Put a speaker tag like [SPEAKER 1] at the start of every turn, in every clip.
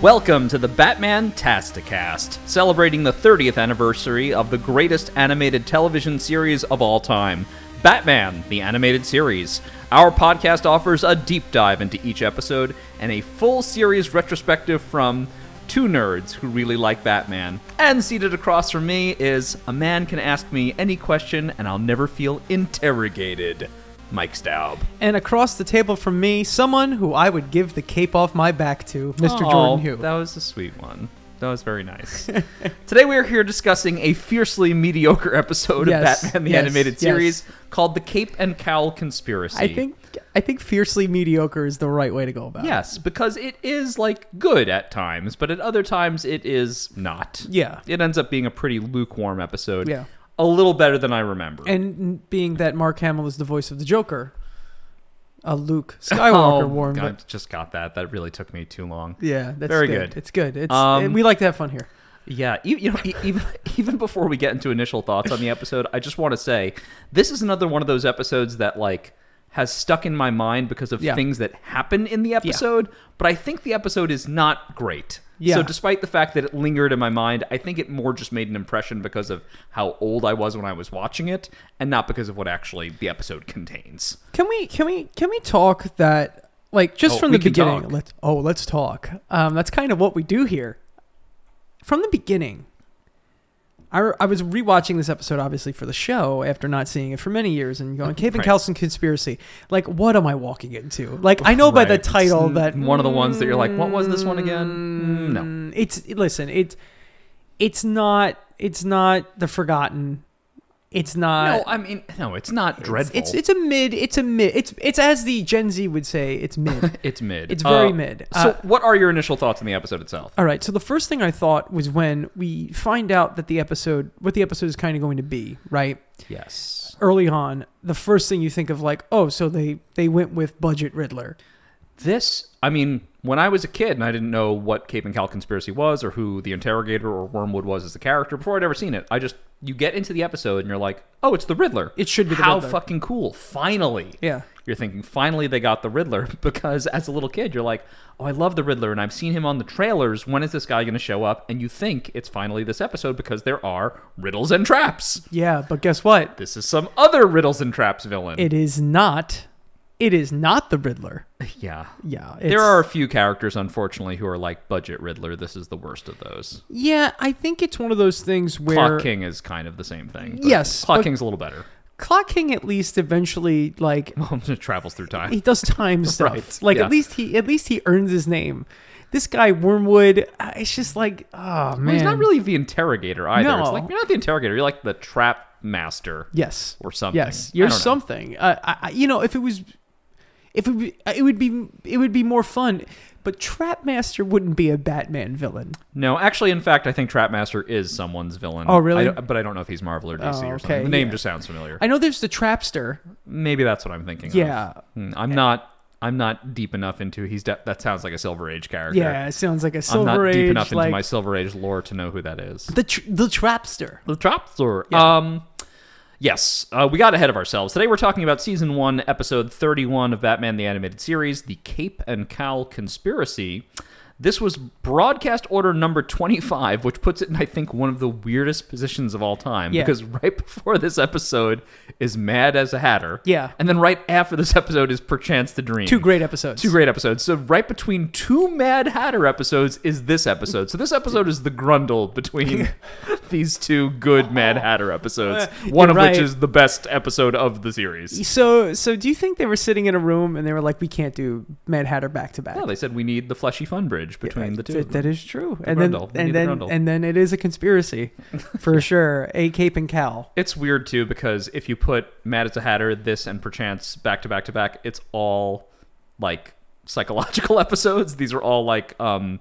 [SPEAKER 1] Welcome to the Batman Tasticast, celebrating the 30th anniversary of the greatest animated television series of all time, Batman, the animated series. Our podcast offers a deep dive into each episode and a full series retrospective from two nerds who really like Batman. And seated across from me is a man can ask me any question and I'll never feel interrogated. Mike Staub.
[SPEAKER 2] And across the table from me, someone who I would give the cape off my back to, Mr.
[SPEAKER 1] Aw,
[SPEAKER 2] Jordan Hugh.
[SPEAKER 1] That was a sweet one. That was very nice. Today we are here discussing a fiercely mediocre episode
[SPEAKER 2] Yes,
[SPEAKER 1] of Batman the
[SPEAKER 2] yes,
[SPEAKER 1] Animated
[SPEAKER 2] yes.
[SPEAKER 1] Series called The Cape and Cowl Conspiracy.
[SPEAKER 2] I think uh, I think fiercely mediocre is the right way to go about it.
[SPEAKER 1] Yes, because it is like good at times, but at other times it is not.
[SPEAKER 2] Yeah.
[SPEAKER 1] It ends up being a pretty lukewarm episode.
[SPEAKER 2] Yeah.
[SPEAKER 1] A little better than I remember.
[SPEAKER 2] And n- being that Mark Hamill is the voice of the Joker, a Luke Skywalker
[SPEAKER 1] oh,
[SPEAKER 2] warm.
[SPEAKER 1] God,
[SPEAKER 2] but-
[SPEAKER 1] just got that. That really took me too long.
[SPEAKER 2] Yeah, that's
[SPEAKER 1] Very
[SPEAKER 2] good.
[SPEAKER 1] good.
[SPEAKER 2] It's good. It's
[SPEAKER 1] Um,
[SPEAKER 2] we like to have fun here.
[SPEAKER 1] Yeah, e- you know, e- even even before we get into initial thoughts on the episode, I just want to say this is another one of those episodes that like has stuck in my mind because of
[SPEAKER 2] Yeah.
[SPEAKER 1] things that happen in the episode. But I think the episode is not great.
[SPEAKER 2] Yeah.
[SPEAKER 1] So despite the fact that it lingered in my mind, I think it more just made an impression because of how old I was when I was watching it, and not because of what actually the episode contains.
[SPEAKER 2] Can we can we can we talk that like just
[SPEAKER 1] Oh,
[SPEAKER 2] from
[SPEAKER 1] we
[SPEAKER 2] the
[SPEAKER 1] can
[SPEAKER 2] beginning?
[SPEAKER 1] talk.
[SPEAKER 2] Let's oh let's talk. Um, that's kind of what we do here. From the beginning, I, re- I was rewatching this episode obviously for the show after not seeing it for many years and going Cave and
[SPEAKER 1] Uh, Right.
[SPEAKER 2] Kelson conspiracy. Like what am I walking into? Like I know by the
[SPEAKER 1] Right. It's
[SPEAKER 2] title
[SPEAKER 1] n-
[SPEAKER 2] that
[SPEAKER 1] one of the ones that you're like, what was this one again? Mm, No.
[SPEAKER 2] Mm, It's listen it it's not it's not the forgotten. It's not
[SPEAKER 1] no, I mean, Uh, no, it's not dreadful.
[SPEAKER 2] it's it's a mid. It's a mid. It's it's as the Gen Z would say. It's mid.
[SPEAKER 1] It's mid.
[SPEAKER 2] It's very mid.
[SPEAKER 1] so,
[SPEAKER 2] Uh,
[SPEAKER 1] what are your initial thoughts on the episode itself?
[SPEAKER 2] All right. So the first thing I thought was when we find out that the episode, what the episode is kind of going to be, right?
[SPEAKER 1] Yes,
[SPEAKER 2] Early on, the first thing you think of like, oh, so they they went with budget Riddler.
[SPEAKER 1] this. I mean, when I was a kid and I didn't know what Cape and Cal conspiracy was, or who the interrogator or Wormwood was as the character before I'd ever seen it, I just you get into the episode and you're like, oh, it's the Riddler.
[SPEAKER 2] It should be the
[SPEAKER 1] how
[SPEAKER 2] Riddler.
[SPEAKER 1] fucking cool. Finally,
[SPEAKER 2] Yeah.
[SPEAKER 1] You're thinking, finally, they got the Riddler because as a little kid, you're like, oh, I love the Riddler and I've seen him on the trailers. When is this guy going to show up? And you think it's finally this episode because there are riddles and traps.
[SPEAKER 2] Yeah, but guess what?
[SPEAKER 1] This is some other riddles and traps villain.
[SPEAKER 2] It is not. It is not the Riddler.
[SPEAKER 1] yeah.
[SPEAKER 2] Yeah.
[SPEAKER 1] There
[SPEAKER 2] it's-
[SPEAKER 1] are a few characters, unfortunately, who are like budget Riddler. This is the worst of those.
[SPEAKER 2] Yeah, I think it's one of those things where
[SPEAKER 1] Clock King is kind of the same thing. but
[SPEAKER 2] Yes,
[SPEAKER 1] Clock
[SPEAKER 2] but-
[SPEAKER 1] King's a little better. Um,
[SPEAKER 2] Clock King at least eventually like
[SPEAKER 1] it travels through time.
[SPEAKER 2] he does time stuff.
[SPEAKER 1] Right,
[SPEAKER 2] Like
[SPEAKER 1] yeah.
[SPEAKER 2] at least he at least he earns his name. This guy Wormwood, uh, it's just like oh man.
[SPEAKER 1] Well, he's not really the interrogator either. It's
[SPEAKER 2] No.
[SPEAKER 1] like you're not the interrogator. You're like the trap master
[SPEAKER 2] yes
[SPEAKER 1] or something.
[SPEAKER 2] yes
[SPEAKER 1] I
[SPEAKER 2] you're
[SPEAKER 1] don't know.
[SPEAKER 2] something. Uh, I, I, you know if it was if it would it would be it would be more fun. But Trapmaster wouldn't be a Batman villain.
[SPEAKER 1] No, actually, in fact, I think Trap Master is someone's villain.
[SPEAKER 2] Oh, really?
[SPEAKER 1] I don't- but I don't know if he's Marvel or DC
[SPEAKER 2] Oh,
[SPEAKER 1] or something.
[SPEAKER 2] okay,
[SPEAKER 1] the name
[SPEAKER 2] yeah.
[SPEAKER 1] just sounds familiar.
[SPEAKER 2] I know there's the Trapster.
[SPEAKER 1] Oh, Maybe that's what I'm thinking. of.
[SPEAKER 2] Yeah.
[SPEAKER 1] Hmm, I'm not. I'm not deep enough into. He's de- that sounds like a Silver Age character.
[SPEAKER 2] Yeah, it sounds like a
[SPEAKER 1] I'm
[SPEAKER 2] Silver
[SPEAKER 1] not
[SPEAKER 2] Age.
[SPEAKER 1] deep enough
[SPEAKER 2] like,
[SPEAKER 1] into my Silver Age lore to know who that is.
[SPEAKER 2] the tr- the Trapster.
[SPEAKER 1] The trap store. Um, yes, uh, we got ahead of ourselves. Today we're talking about season one, episode thirty-one of Batman the Animated Series, the Cape and Cowl Conspiracy. This was broadcast order number 25, which puts it in, I think, one of the weirdest positions of all time.
[SPEAKER 2] Yeah.
[SPEAKER 1] Because right before this episode is Mad as a Hatter.
[SPEAKER 2] Yeah.
[SPEAKER 1] And then right after this episode is Perchance to Dream.
[SPEAKER 2] Two great episodes.
[SPEAKER 1] Two great episodes. So right between two Mad Hatter episodes is this episode. So this episode is the grundle between these two good Mad Hatter episodes. One of
[SPEAKER 2] Uh, You're
[SPEAKER 1] which
[SPEAKER 2] right.
[SPEAKER 1] is the best episode of the series.
[SPEAKER 2] So, so do you think they were sitting in a room and they were like, "We can't do Mad Hatter back to back"?
[SPEAKER 1] No, they said we need the fleshy fun bridge between the two.
[SPEAKER 2] That-
[SPEAKER 1] of them.
[SPEAKER 2] that is true. and then,
[SPEAKER 1] grundle. We need
[SPEAKER 2] and
[SPEAKER 1] the
[SPEAKER 2] then,
[SPEAKER 1] grundle.
[SPEAKER 2] and then it is a conspiracy, for sure. A cape and cowl.
[SPEAKER 1] It's weird too because if you put Mad as a Hatter, this, and Perchance back to back to back, it's all like psychological episodes. These are all like um,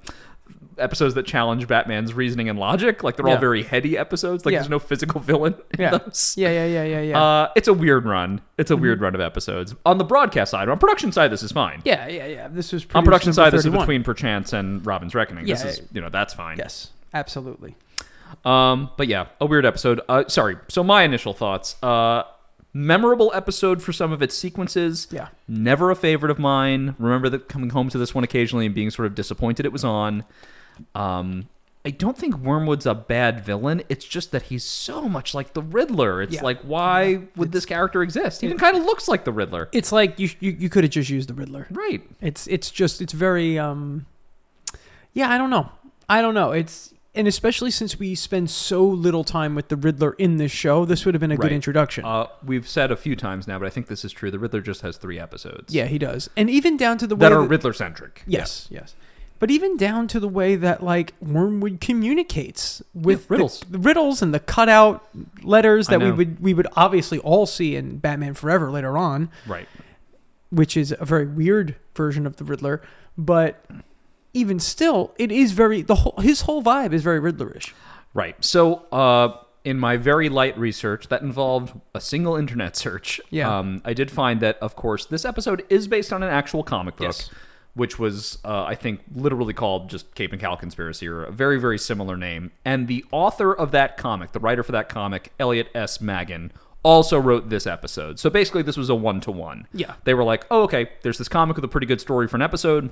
[SPEAKER 1] episodes that challenge Batman's reasoning and logic. Like they're all
[SPEAKER 2] Yeah.
[SPEAKER 1] very heady episodes. Like
[SPEAKER 2] Yeah.
[SPEAKER 1] there's no physical villain in
[SPEAKER 2] Yeah.
[SPEAKER 1] those.
[SPEAKER 2] Yeah, yeah, yeah, yeah, Mm-hmm. yeah.
[SPEAKER 1] Uh, it's a weird run. It's a weird run of episodes. On the broadcast side, on production side, this is fine.
[SPEAKER 2] yeah, yeah, yeah. This was
[SPEAKER 1] on production
[SPEAKER 2] produced
[SPEAKER 1] side,
[SPEAKER 2] number
[SPEAKER 1] this is
[SPEAKER 2] 31.
[SPEAKER 1] between Perchance and Robin's Reckoning. this
[SPEAKER 2] Yeah,
[SPEAKER 1] is,
[SPEAKER 2] yeah.
[SPEAKER 1] you know, that's fine.
[SPEAKER 2] Yes, absolutely.
[SPEAKER 1] Um, but yeah, a weird episode. Uh, sorry. So my initial thoughts. Uh, Memorable episode for some of its sequences.
[SPEAKER 2] Yeah.
[SPEAKER 1] Never a favorite of mine. Remember that coming home to this one occasionally and being sort of disappointed it was on. Um, I don't think Wormwood's a bad villain. It's just that he's so much like the Riddler. It's
[SPEAKER 2] Yeah.
[SPEAKER 1] like, why would this character exist? He even kind of looks like the Riddler.
[SPEAKER 2] It's like you you, you could have just used the Riddler.
[SPEAKER 1] right.
[SPEAKER 2] It's it's just it's very um Yeah, I don't know. I don't know. It's and especially since we spend so little time with the Riddler in this show, this would have been a
[SPEAKER 1] Right.
[SPEAKER 2] good introduction.
[SPEAKER 1] Uh, we've said a few times now, but I think this is true. The Riddler just has three episodes.
[SPEAKER 2] yeah, he does. And even down to the way
[SPEAKER 1] That are
[SPEAKER 2] that-
[SPEAKER 1] Riddler centric.
[SPEAKER 2] Yes, yes. But even down to the way that like Wormwood communicates with
[SPEAKER 1] Yeah, riddles.
[SPEAKER 2] the, the riddles and the cutout letters
[SPEAKER 1] I
[SPEAKER 2] that we
[SPEAKER 1] know.
[SPEAKER 2] would we would obviously all see in Batman Forever later on,
[SPEAKER 1] Right.
[SPEAKER 2] which is a very weird version of the Riddler, but even still, it is very the whole his whole vibe is very Riddlerish.
[SPEAKER 1] Right. So, uh, in my very light research that involved a single internet search,
[SPEAKER 2] Yeah.
[SPEAKER 1] um, I did find that, of course, this episode is based on an actual comic book,
[SPEAKER 2] Yes.
[SPEAKER 1] which was, uh, I think, literally called just Cape and Cow Conspiracy or a very, very similar name. And the author of that comic, the writer for that comic, Elliot S. Magan, also wrote this episode. So basically, this was a one to one.
[SPEAKER 2] Yeah.
[SPEAKER 1] They were like, oh, okay, there's this comic with a pretty good story for an episode.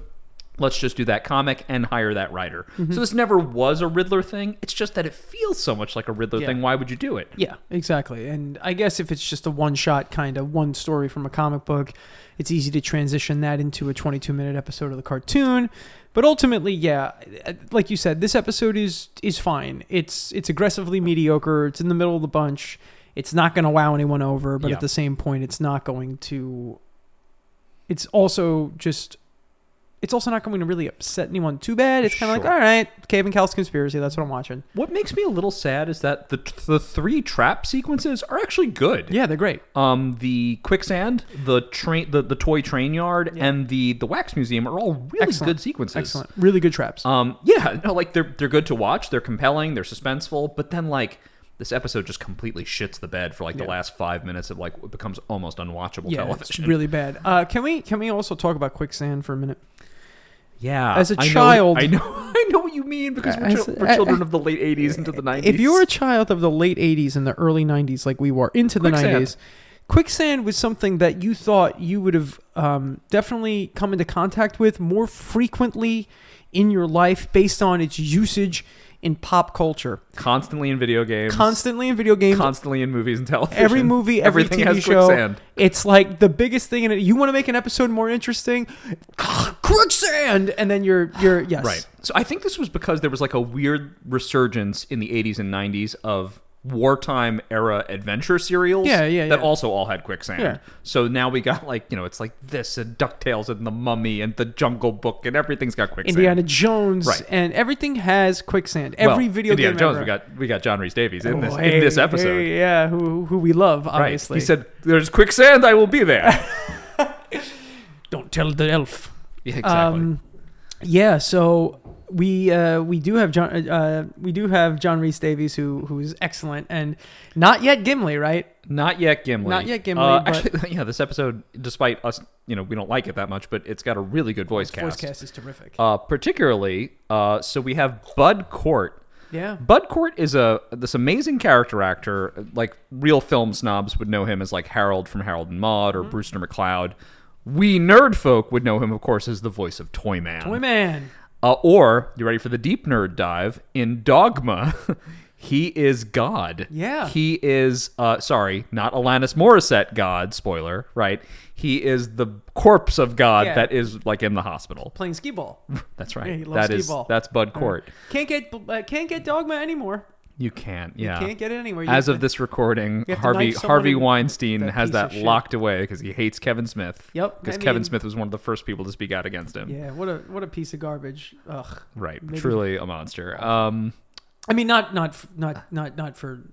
[SPEAKER 1] Let's just do that comic and hire that writer. So this never was a Riddler thing. It's just that it feels so much like a Riddler
[SPEAKER 2] Yeah.
[SPEAKER 1] thing. Why would you do it?
[SPEAKER 2] Yeah, exactly. And I guess if it's just a one shot kind of one story from a comic book, it's easy to transition that into a 22 minute episode of the cartoon. But ultimately, yeah, uh, like you said, this episode is is fine. It's it's aggressively mediocre. It's in the middle of the bunch. It's not going to wow anyone over, but
[SPEAKER 1] Yeah.
[SPEAKER 2] at the same point, it's not going to. It's also just. It's also not going to really upset anyone too bad. It's kind of
[SPEAKER 1] Sure.
[SPEAKER 2] like, all right, Kevin Cal's conspiracy. That's what I'm watching.
[SPEAKER 1] What makes me a little sad is that the the three trap sequences are actually good.
[SPEAKER 2] Yeah, they're great.
[SPEAKER 1] Um, the quicksand, the train, the, the toy train yard,
[SPEAKER 2] Yeah.
[SPEAKER 1] and the the wax museum are all really
[SPEAKER 2] Excellent.
[SPEAKER 1] good sequences.
[SPEAKER 2] Excellent. Really good traps.
[SPEAKER 1] Um, yeah, no, like they're they're good to watch. They're compelling. They're suspenseful. But then like this episode just completely shits the bed for like the
[SPEAKER 2] Yeah.
[SPEAKER 1] last five minutes of like it becomes almost unwatchable
[SPEAKER 2] yeah,
[SPEAKER 1] television.
[SPEAKER 2] It's really bad. Uh, can we can we also talk about quicksand for a minute?
[SPEAKER 1] yeah.
[SPEAKER 2] As a
[SPEAKER 1] I know-
[SPEAKER 2] child-
[SPEAKER 1] I know I know what you mean because we're,
[SPEAKER 2] As-
[SPEAKER 1] chil- we're
[SPEAKER 2] I-
[SPEAKER 1] children of the late '80s into the '90s.
[SPEAKER 2] If you were a child of the late '80s and the early '90s, like we were, into the
[SPEAKER 1] Quicksand.
[SPEAKER 2] '90s, quicksand was something that you thought you would have um, definitely come into contact with more frequently in your life, based on its usage in pop culture,
[SPEAKER 1] constantly in video games,
[SPEAKER 2] constantly in video games.
[SPEAKER 1] constantly in movies and television,
[SPEAKER 2] Every movie, every
[SPEAKER 1] everything
[SPEAKER 2] TV
[SPEAKER 1] has
[SPEAKER 2] show,
[SPEAKER 1] quicksand.
[SPEAKER 2] it's like the biggest thing in it. You want to make an episode more interesting, quicksand, and then you're you're yes,
[SPEAKER 1] Right. So I think this was because there was like a weird resurgence in the 80s and 90s of wartime era adventure serials
[SPEAKER 2] Yeah, yeah,
[SPEAKER 1] that
[SPEAKER 2] yeah.
[SPEAKER 1] also all had quicksand.
[SPEAKER 2] Yeah.
[SPEAKER 1] So now we got like, you know, it's like this and DuckTales and The Mummy and The Jungle Book and everything's got quicksand.
[SPEAKER 2] Indiana Jones,
[SPEAKER 1] Right.
[SPEAKER 2] and everything has quicksand.
[SPEAKER 1] Well,
[SPEAKER 2] Every video
[SPEAKER 1] Indiana
[SPEAKER 2] game.
[SPEAKER 1] Jones,
[SPEAKER 2] ever.
[SPEAKER 1] we got we got John Reese Davies in this
[SPEAKER 2] Oh,
[SPEAKER 1] in
[SPEAKER 2] hey,
[SPEAKER 1] this episode.
[SPEAKER 2] hey, yeah, who, who we love,
[SPEAKER 1] Right.
[SPEAKER 2] obviously.
[SPEAKER 1] He said there's quicksand, I will be there.
[SPEAKER 2] "Don't tell the elf."
[SPEAKER 1] yeah, exactly.
[SPEAKER 2] Um, yeah, so we uh, we do have John uh, we do have John Reese Davies, who who is excellent, and not yet Gimli, right?
[SPEAKER 1] Not yet, Gimli.
[SPEAKER 2] Not yet, Gimli,
[SPEAKER 1] Uh,
[SPEAKER 2] but-
[SPEAKER 1] actually, yeah, this episode, despite us, you know, we don't like it that much, but it's got a really good voice
[SPEAKER 2] Voice cast is terrific.
[SPEAKER 1] uh, particularly uh, so we have bud court
[SPEAKER 2] yeah,
[SPEAKER 1] bud court is a this amazing character actor like real film snobs would know him as like harold from harold and maude
[SPEAKER 2] Mm-hmm.
[SPEAKER 1] or brewster mcleod we nerd folk would know him of course as the voice of toy man
[SPEAKER 2] boy man.
[SPEAKER 1] Uh, or you ready for the deep nerd dive in dogma he is god
[SPEAKER 2] Yeah.
[SPEAKER 1] he is uh, sorry not alanis morissette god spoiler right he is the corpse of god
[SPEAKER 2] Yeah.
[SPEAKER 1] that is like in the hospital
[SPEAKER 2] Playing skee ball,
[SPEAKER 1] that's right.
[SPEAKER 2] Yeah, he loves
[SPEAKER 1] that
[SPEAKER 2] skee
[SPEAKER 1] is
[SPEAKER 2] ball.
[SPEAKER 1] that's Bud Court.
[SPEAKER 2] can't get uh, can't get dogma anymore.
[SPEAKER 1] You can't. Yeah.
[SPEAKER 2] Can't get it anywhere. You
[SPEAKER 1] As
[SPEAKER 2] have
[SPEAKER 1] of
[SPEAKER 2] to-
[SPEAKER 1] this recording,
[SPEAKER 2] you have to
[SPEAKER 1] Harvey
[SPEAKER 2] knife someone
[SPEAKER 1] Harvey
[SPEAKER 2] in-
[SPEAKER 1] Weinstein
[SPEAKER 2] that
[SPEAKER 1] has
[SPEAKER 2] piece
[SPEAKER 1] that
[SPEAKER 2] of shit.
[SPEAKER 1] locked away because he hates Kevin Smith.
[SPEAKER 2] Yep,
[SPEAKER 1] Because
[SPEAKER 2] I
[SPEAKER 1] Kevin
[SPEAKER 2] mean-
[SPEAKER 1] Smith was one of the first people to speak out against him.
[SPEAKER 2] yeah, what a what a piece of garbage. Ugh.
[SPEAKER 1] Right.
[SPEAKER 2] Maybe-
[SPEAKER 1] Truly a monster. Um,
[SPEAKER 2] I mean, not not f- not not not for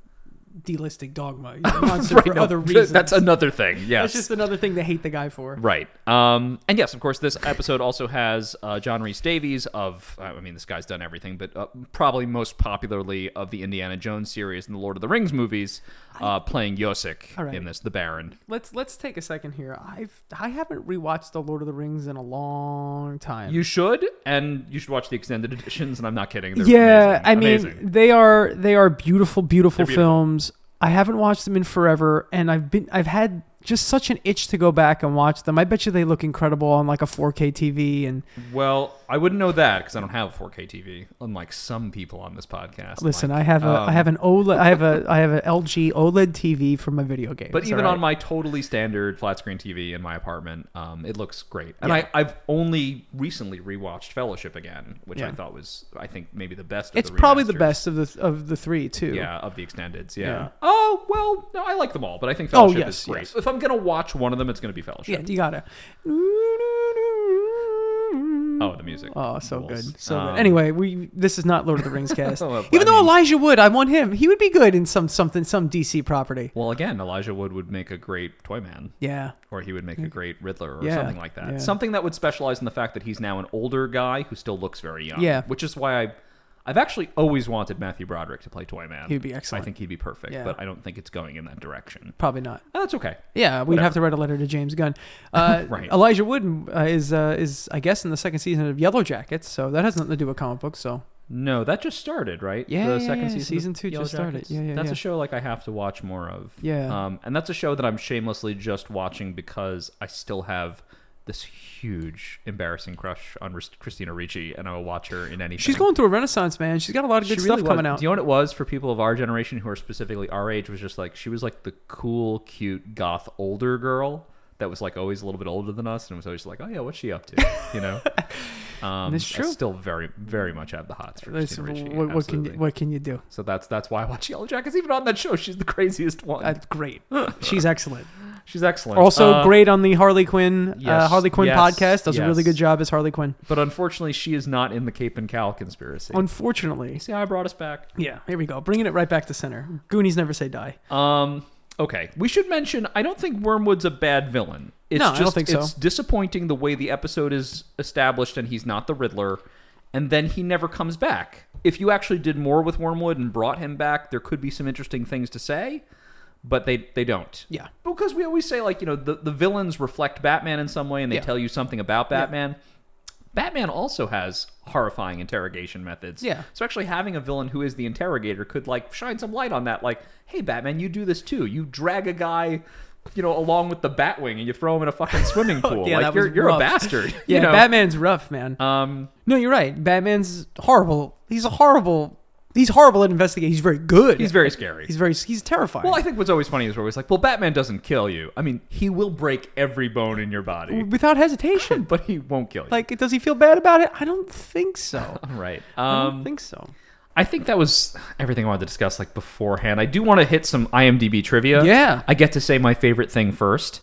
[SPEAKER 2] delisting dogma. He's a monster
[SPEAKER 1] right,
[SPEAKER 2] for
[SPEAKER 1] no,
[SPEAKER 2] other reasons.
[SPEAKER 1] That's another thing. Yes.
[SPEAKER 2] That's just another thing to hate the guy for.
[SPEAKER 1] Right. Um, and yes, of course, this episode also has uh, John Reese Davies of, I mean, this guy's done everything, but uh, probably most popularly of the Indiana Jones series and the Lord of the Rings movies, uh, playing Yosik
[SPEAKER 2] All right.
[SPEAKER 1] in this, the Baron.
[SPEAKER 2] Let's let's take a second here. I've I haven't rewatched the Lord of the Rings in a long time.
[SPEAKER 1] You should, and you should watch the extended editions, and I'm not kidding. They're
[SPEAKER 2] yeah,
[SPEAKER 1] amazing.
[SPEAKER 2] I mean
[SPEAKER 1] Amazing.
[SPEAKER 2] they are they are beautiful, beautiful,
[SPEAKER 1] They're beautiful.
[SPEAKER 2] films. I haven't watched them in forever, and I've been I've had just such an itch to go back and watch them. I bet you they look incredible on like a 4K TV. And
[SPEAKER 1] Well, I wouldn't know that because I don't have a 4K TV, unlike some people on this podcast.
[SPEAKER 2] listen,
[SPEAKER 1] Mike.
[SPEAKER 2] I have a I
[SPEAKER 1] Um,
[SPEAKER 2] have an OLED I have a I have an LG OLED TV for my video games.
[SPEAKER 1] But even
[SPEAKER 2] all
[SPEAKER 1] on
[SPEAKER 2] right?
[SPEAKER 1] my totally standard flat screen TV in my apartment, um, it looks great. And
[SPEAKER 2] Yeah.
[SPEAKER 1] I, I've only recently rewatched Fellowship again, which I
[SPEAKER 2] Yeah.
[SPEAKER 1] thought was, I think, maybe the best. Of
[SPEAKER 2] it's
[SPEAKER 1] the
[SPEAKER 2] probably the
[SPEAKER 1] remasters.
[SPEAKER 2] best of the of the three too.
[SPEAKER 1] Yeah, of the extendeds. Yeah.
[SPEAKER 2] Yeah. Oh,
[SPEAKER 1] Oh well, no, I like them all, but I think Fellowship
[SPEAKER 2] yes,
[SPEAKER 1] is great.
[SPEAKER 2] yes.
[SPEAKER 1] If I'm gonna watch one of them, it's gonna be
[SPEAKER 2] yeah,
[SPEAKER 1] Fellowship.
[SPEAKER 2] you gotta.
[SPEAKER 1] Oh, the music.
[SPEAKER 2] Oh, so
[SPEAKER 1] Rules.
[SPEAKER 2] good. So
[SPEAKER 1] Um,
[SPEAKER 2] good. Anyway, we this is not Lord of the Rings cast.
[SPEAKER 1] Well, I
[SPEAKER 2] Even though
[SPEAKER 1] mean-
[SPEAKER 2] Elijah Wood, I want him. He would be good in some something some DC property.
[SPEAKER 1] Well, again, Elijah Wood would make a great Toyman,
[SPEAKER 2] Yeah.
[SPEAKER 1] or he would make a great Riddler, or
[SPEAKER 2] Mm. Yeah,
[SPEAKER 1] something like that.
[SPEAKER 2] yeah.
[SPEAKER 1] Something that would specialize in the fact that he's now an older guy who still looks very young.
[SPEAKER 2] Yeah.
[SPEAKER 1] Which is why I, I've actually always wanted Matthew Broderick to play Toyman.
[SPEAKER 2] He'd be excellent.
[SPEAKER 1] I think he'd be perfect,
[SPEAKER 2] Yeah.
[SPEAKER 1] but I don't think it's going in that direction.
[SPEAKER 2] Probably not.
[SPEAKER 1] And that's okay.
[SPEAKER 2] Yeah, we'd have to write a letter to James Gunn. Uh,
[SPEAKER 1] Right.
[SPEAKER 2] Elijah Wood uh, is uh, is I guess in the second season of Yellow Jackets, so that has nothing to do with comic books. So
[SPEAKER 1] No, that just started, right?
[SPEAKER 2] Yeah,
[SPEAKER 1] the
[SPEAKER 2] yeah,
[SPEAKER 1] second
[SPEAKER 2] yeah,
[SPEAKER 1] season,
[SPEAKER 2] season
[SPEAKER 1] of
[SPEAKER 2] two
[SPEAKER 1] Yellow
[SPEAKER 2] just started.
[SPEAKER 1] Jackets?
[SPEAKER 2] Yeah, yeah,
[SPEAKER 1] That's
[SPEAKER 2] yeah.
[SPEAKER 1] a show like I have to watch more of.
[SPEAKER 2] Yeah.
[SPEAKER 1] um, and that's a show that I'm shamelessly just watching because I still have this huge embarrassing crush on Ris- Christina Ricci, and I will watch her in anything.
[SPEAKER 2] she's going through a renaissance, man. She's got a lot of
[SPEAKER 1] She
[SPEAKER 2] good
[SPEAKER 1] really
[SPEAKER 2] stuff
[SPEAKER 1] was.
[SPEAKER 2] coming out.
[SPEAKER 1] Do you know what it was for people of our generation who are specifically our age? Was just like she was like the cool, cute, goth older girl that was like always a little bit older than us, and was always like, "Oh yeah, what's she up to?" You know. Um,
[SPEAKER 2] That's
[SPEAKER 1] I
[SPEAKER 2] true.
[SPEAKER 1] still very, very much have the hots for
[SPEAKER 2] That's-
[SPEAKER 1] Christina Ricci.
[SPEAKER 2] what, what can you,
[SPEAKER 1] absolutely.
[SPEAKER 2] what can you do?
[SPEAKER 1] So that's that's why I watch Yellow Jackets. Even on that show, she's the craziest one.
[SPEAKER 2] That's great. She's excellent.
[SPEAKER 1] she's excellent.
[SPEAKER 2] Also
[SPEAKER 1] Uh,
[SPEAKER 2] great on the Harley Quinn uh,
[SPEAKER 1] yes,
[SPEAKER 2] Harley Quinn
[SPEAKER 1] yes,
[SPEAKER 2] podcast. Does a really
[SPEAKER 1] yes.
[SPEAKER 2] good job as Harley Quinn.
[SPEAKER 1] but unfortunately, she is not in the Cape and Cow conspiracy.
[SPEAKER 2] Unfortunately,
[SPEAKER 1] See how I brought us back.
[SPEAKER 2] yeah. Here we go. Bringing it right back to center. Goonies never say die.
[SPEAKER 1] Um. Okay, we should mention. I don't think Wormwood's a bad villain. It's
[SPEAKER 2] No, I
[SPEAKER 1] just,
[SPEAKER 2] don't think so.
[SPEAKER 1] It's disappointing the way the episode is established, and he's not the Riddler, and then he never comes back. If you actually did more with Wormwood and brought him back, there could be some interesting things to say, but they they don't.
[SPEAKER 2] Yeah.
[SPEAKER 1] because we always say like you know the, the villains reflect batman in some way and they
[SPEAKER 2] Yeah.
[SPEAKER 1] tell you something about batman batman also has horrifying interrogation methods
[SPEAKER 2] Yeah.
[SPEAKER 1] so actually having a villain who is the interrogator could like shine some light on that like hey batman you do this too you drag a guy you know along with the batwing and you throw him in a fucking swimming pool
[SPEAKER 2] Yeah,
[SPEAKER 1] like
[SPEAKER 2] that was
[SPEAKER 1] you're, you're a
[SPEAKER 2] rough.
[SPEAKER 1] bastard
[SPEAKER 2] Yeah,
[SPEAKER 1] you know?
[SPEAKER 2] Batman's rough, man.
[SPEAKER 1] um
[SPEAKER 2] No, you're right. Batman's horrible. He's a horrible. He's horrible at investigating. He's very good.
[SPEAKER 1] he's very scary
[SPEAKER 2] He's very. He's terrifying.
[SPEAKER 1] well, I think what's always funny is we're always like, well, Batman doesn't kill you. I mean, he will break every bone in your body,
[SPEAKER 2] Without hesitation.
[SPEAKER 1] but he won't kill you.
[SPEAKER 2] like, does he feel bad about it? I don't think so.
[SPEAKER 1] right.
[SPEAKER 2] I
[SPEAKER 1] Um,
[SPEAKER 2] don't think so.
[SPEAKER 1] I think that was everything I wanted to discuss like beforehand. I do want to hit some IMDb trivia.
[SPEAKER 2] Yeah.
[SPEAKER 1] I get to say my favorite thing first.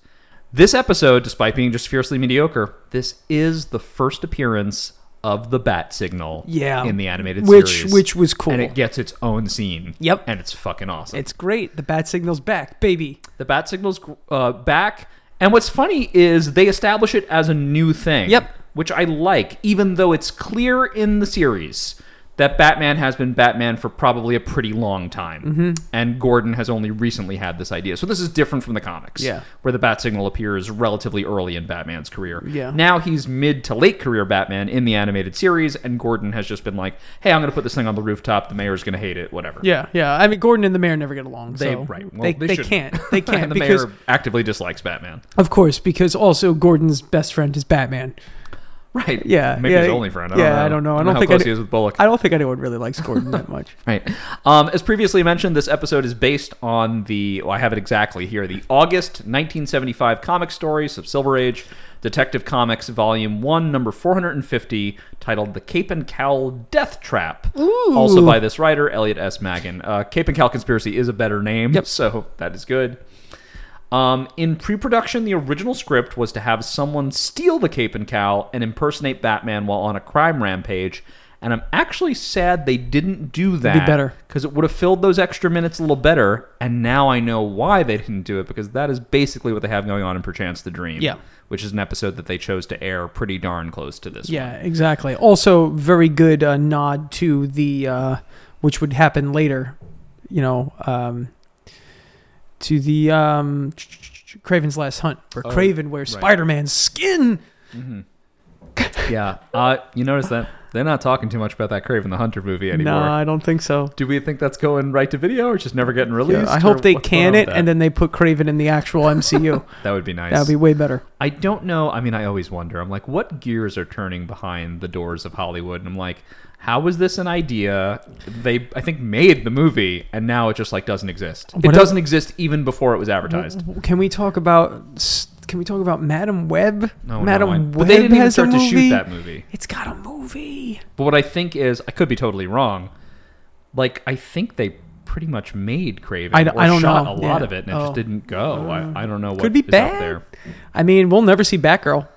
[SPEAKER 1] This episode, despite being just fiercely mediocre, this is the first appearance of the bat signal
[SPEAKER 2] Yeah.
[SPEAKER 1] in the animated
[SPEAKER 2] Which-
[SPEAKER 1] series.
[SPEAKER 2] which was cool.
[SPEAKER 1] And it gets its own scene.
[SPEAKER 2] Yep.
[SPEAKER 1] And it's fucking awesome.
[SPEAKER 2] It's great. The bat signal's back, baby.
[SPEAKER 1] the bat signal's uh, back. And what's funny is they establish it as a new thing.
[SPEAKER 2] Yep.
[SPEAKER 1] Which I like, even though it's clear in the series that Batman has been Batman for probably a pretty long time.
[SPEAKER 2] Mm-hmm.
[SPEAKER 1] And Gordon has only recently had this idea. So this is different from the comics,
[SPEAKER 2] Yeah.
[SPEAKER 1] where the bat signal appears relatively early in Batman's career.
[SPEAKER 2] Yeah.
[SPEAKER 1] Now he's mid to late career Batman in the animated series, and Gordon has just been like, hey, I'm going to put this thing on the rooftop. The mayor's going to hate it, whatever.
[SPEAKER 2] Yeah, yeah. I mean, Gordon and the mayor never get along.
[SPEAKER 1] They,
[SPEAKER 2] so
[SPEAKER 1] right. Well,
[SPEAKER 2] they,
[SPEAKER 1] they,
[SPEAKER 2] they
[SPEAKER 1] shouldn't.
[SPEAKER 2] can't. They can't
[SPEAKER 1] and the
[SPEAKER 2] because,
[SPEAKER 1] mayor actively dislikes Batman.
[SPEAKER 2] of course, because also Gordon's best friend is Batman.
[SPEAKER 1] Right.
[SPEAKER 2] Yeah,
[SPEAKER 1] Maybe
[SPEAKER 2] yeah,
[SPEAKER 1] his only friend. I
[SPEAKER 2] yeah,
[SPEAKER 1] don't know.
[SPEAKER 2] I don't know. I don't
[SPEAKER 1] how
[SPEAKER 2] think I
[SPEAKER 1] close
[SPEAKER 2] do-
[SPEAKER 1] he is with Bullock.
[SPEAKER 2] I don't think anyone really likes Gordon that much.
[SPEAKER 1] right. Um, as previously mentioned, this episode is based on the. Well, I have it exactly here. The August 1975 comic stories of Silver Age, Detective Comics, Volume One, Number 450, titled "The Cape and Cowl Death Trap." Also by this writer, Elliot S. Magan. Uh, Cape and Cowl Conspiracy is a better name,
[SPEAKER 2] Yep.
[SPEAKER 1] so that is good. Um, in pre-production, the original script was to have someone steal the cape and cowl and impersonate Batman while on a crime rampage. And I'm actually sad they didn't do that.
[SPEAKER 2] better.
[SPEAKER 1] because it would have filled those extra minutes a little better. And now I know why they didn't do it because that is basically what they have going on in Perchance the Dream.
[SPEAKER 2] Yeah.
[SPEAKER 1] which is an episode that they chose to air pretty darn close to this.
[SPEAKER 2] Yeah, exactly. Also, very good uh, nod to the uh, which would happen later. You know, um, to the um, Craven's Last Hunt, where
[SPEAKER 1] Oh,
[SPEAKER 2] Craven wears
[SPEAKER 1] right.
[SPEAKER 2] Spider Man's skin.
[SPEAKER 1] one. yeah. Uh, you notice that? They're not talking too much about that Craven the Hunter movie anymore.
[SPEAKER 2] No, I don't think so.
[SPEAKER 1] Do we think that's going right to video or just never getting
[SPEAKER 2] Yeah,
[SPEAKER 1] released?
[SPEAKER 2] I
[SPEAKER 1] or
[SPEAKER 2] hope they
[SPEAKER 1] what's going on
[SPEAKER 2] can
[SPEAKER 1] with
[SPEAKER 2] it and
[SPEAKER 1] that?
[SPEAKER 2] then they put Craven in the actual MCU.
[SPEAKER 1] that would be nice.
[SPEAKER 2] That'd be way better.
[SPEAKER 1] I don't know. I mean, I always wonder. I'm like, what gears are turning behind the doors of Hollywood? And I'm like, how was this an idea? They, I think, made the movie, and now it just like doesn't exist.
[SPEAKER 2] What
[SPEAKER 1] it
[SPEAKER 2] if-
[SPEAKER 1] doesn't exist even before it was advertised.
[SPEAKER 2] Can we talk about s- Can we talk about Madam Web?
[SPEAKER 1] No,
[SPEAKER 2] Madam
[SPEAKER 1] no, I-
[SPEAKER 2] Web
[SPEAKER 1] Oh, but they didn't even
[SPEAKER 2] has a
[SPEAKER 1] start to shoot
[SPEAKER 2] movie.
[SPEAKER 1] that movie.
[SPEAKER 2] It's got a movie.
[SPEAKER 1] But what I think is, I could be totally wrong. Like, I think they pretty much made Craven.
[SPEAKER 2] I d-
[SPEAKER 1] or
[SPEAKER 2] I don't
[SPEAKER 1] shot
[SPEAKER 2] know.
[SPEAKER 1] a lot
[SPEAKER 2] Yeah.
[SPEAKER 1] of it, and it
[SPEAKER 2] Oh.
[SPEAKER 1] just didn't go. I, I don't know what
[SPEAKER 2] Could be
[SPEAKER 1] is out
[SPEAKER 2] bad.
[SPEAKER 1] there.
[SPEAKER 2] I mean, we'll never see Batgirl.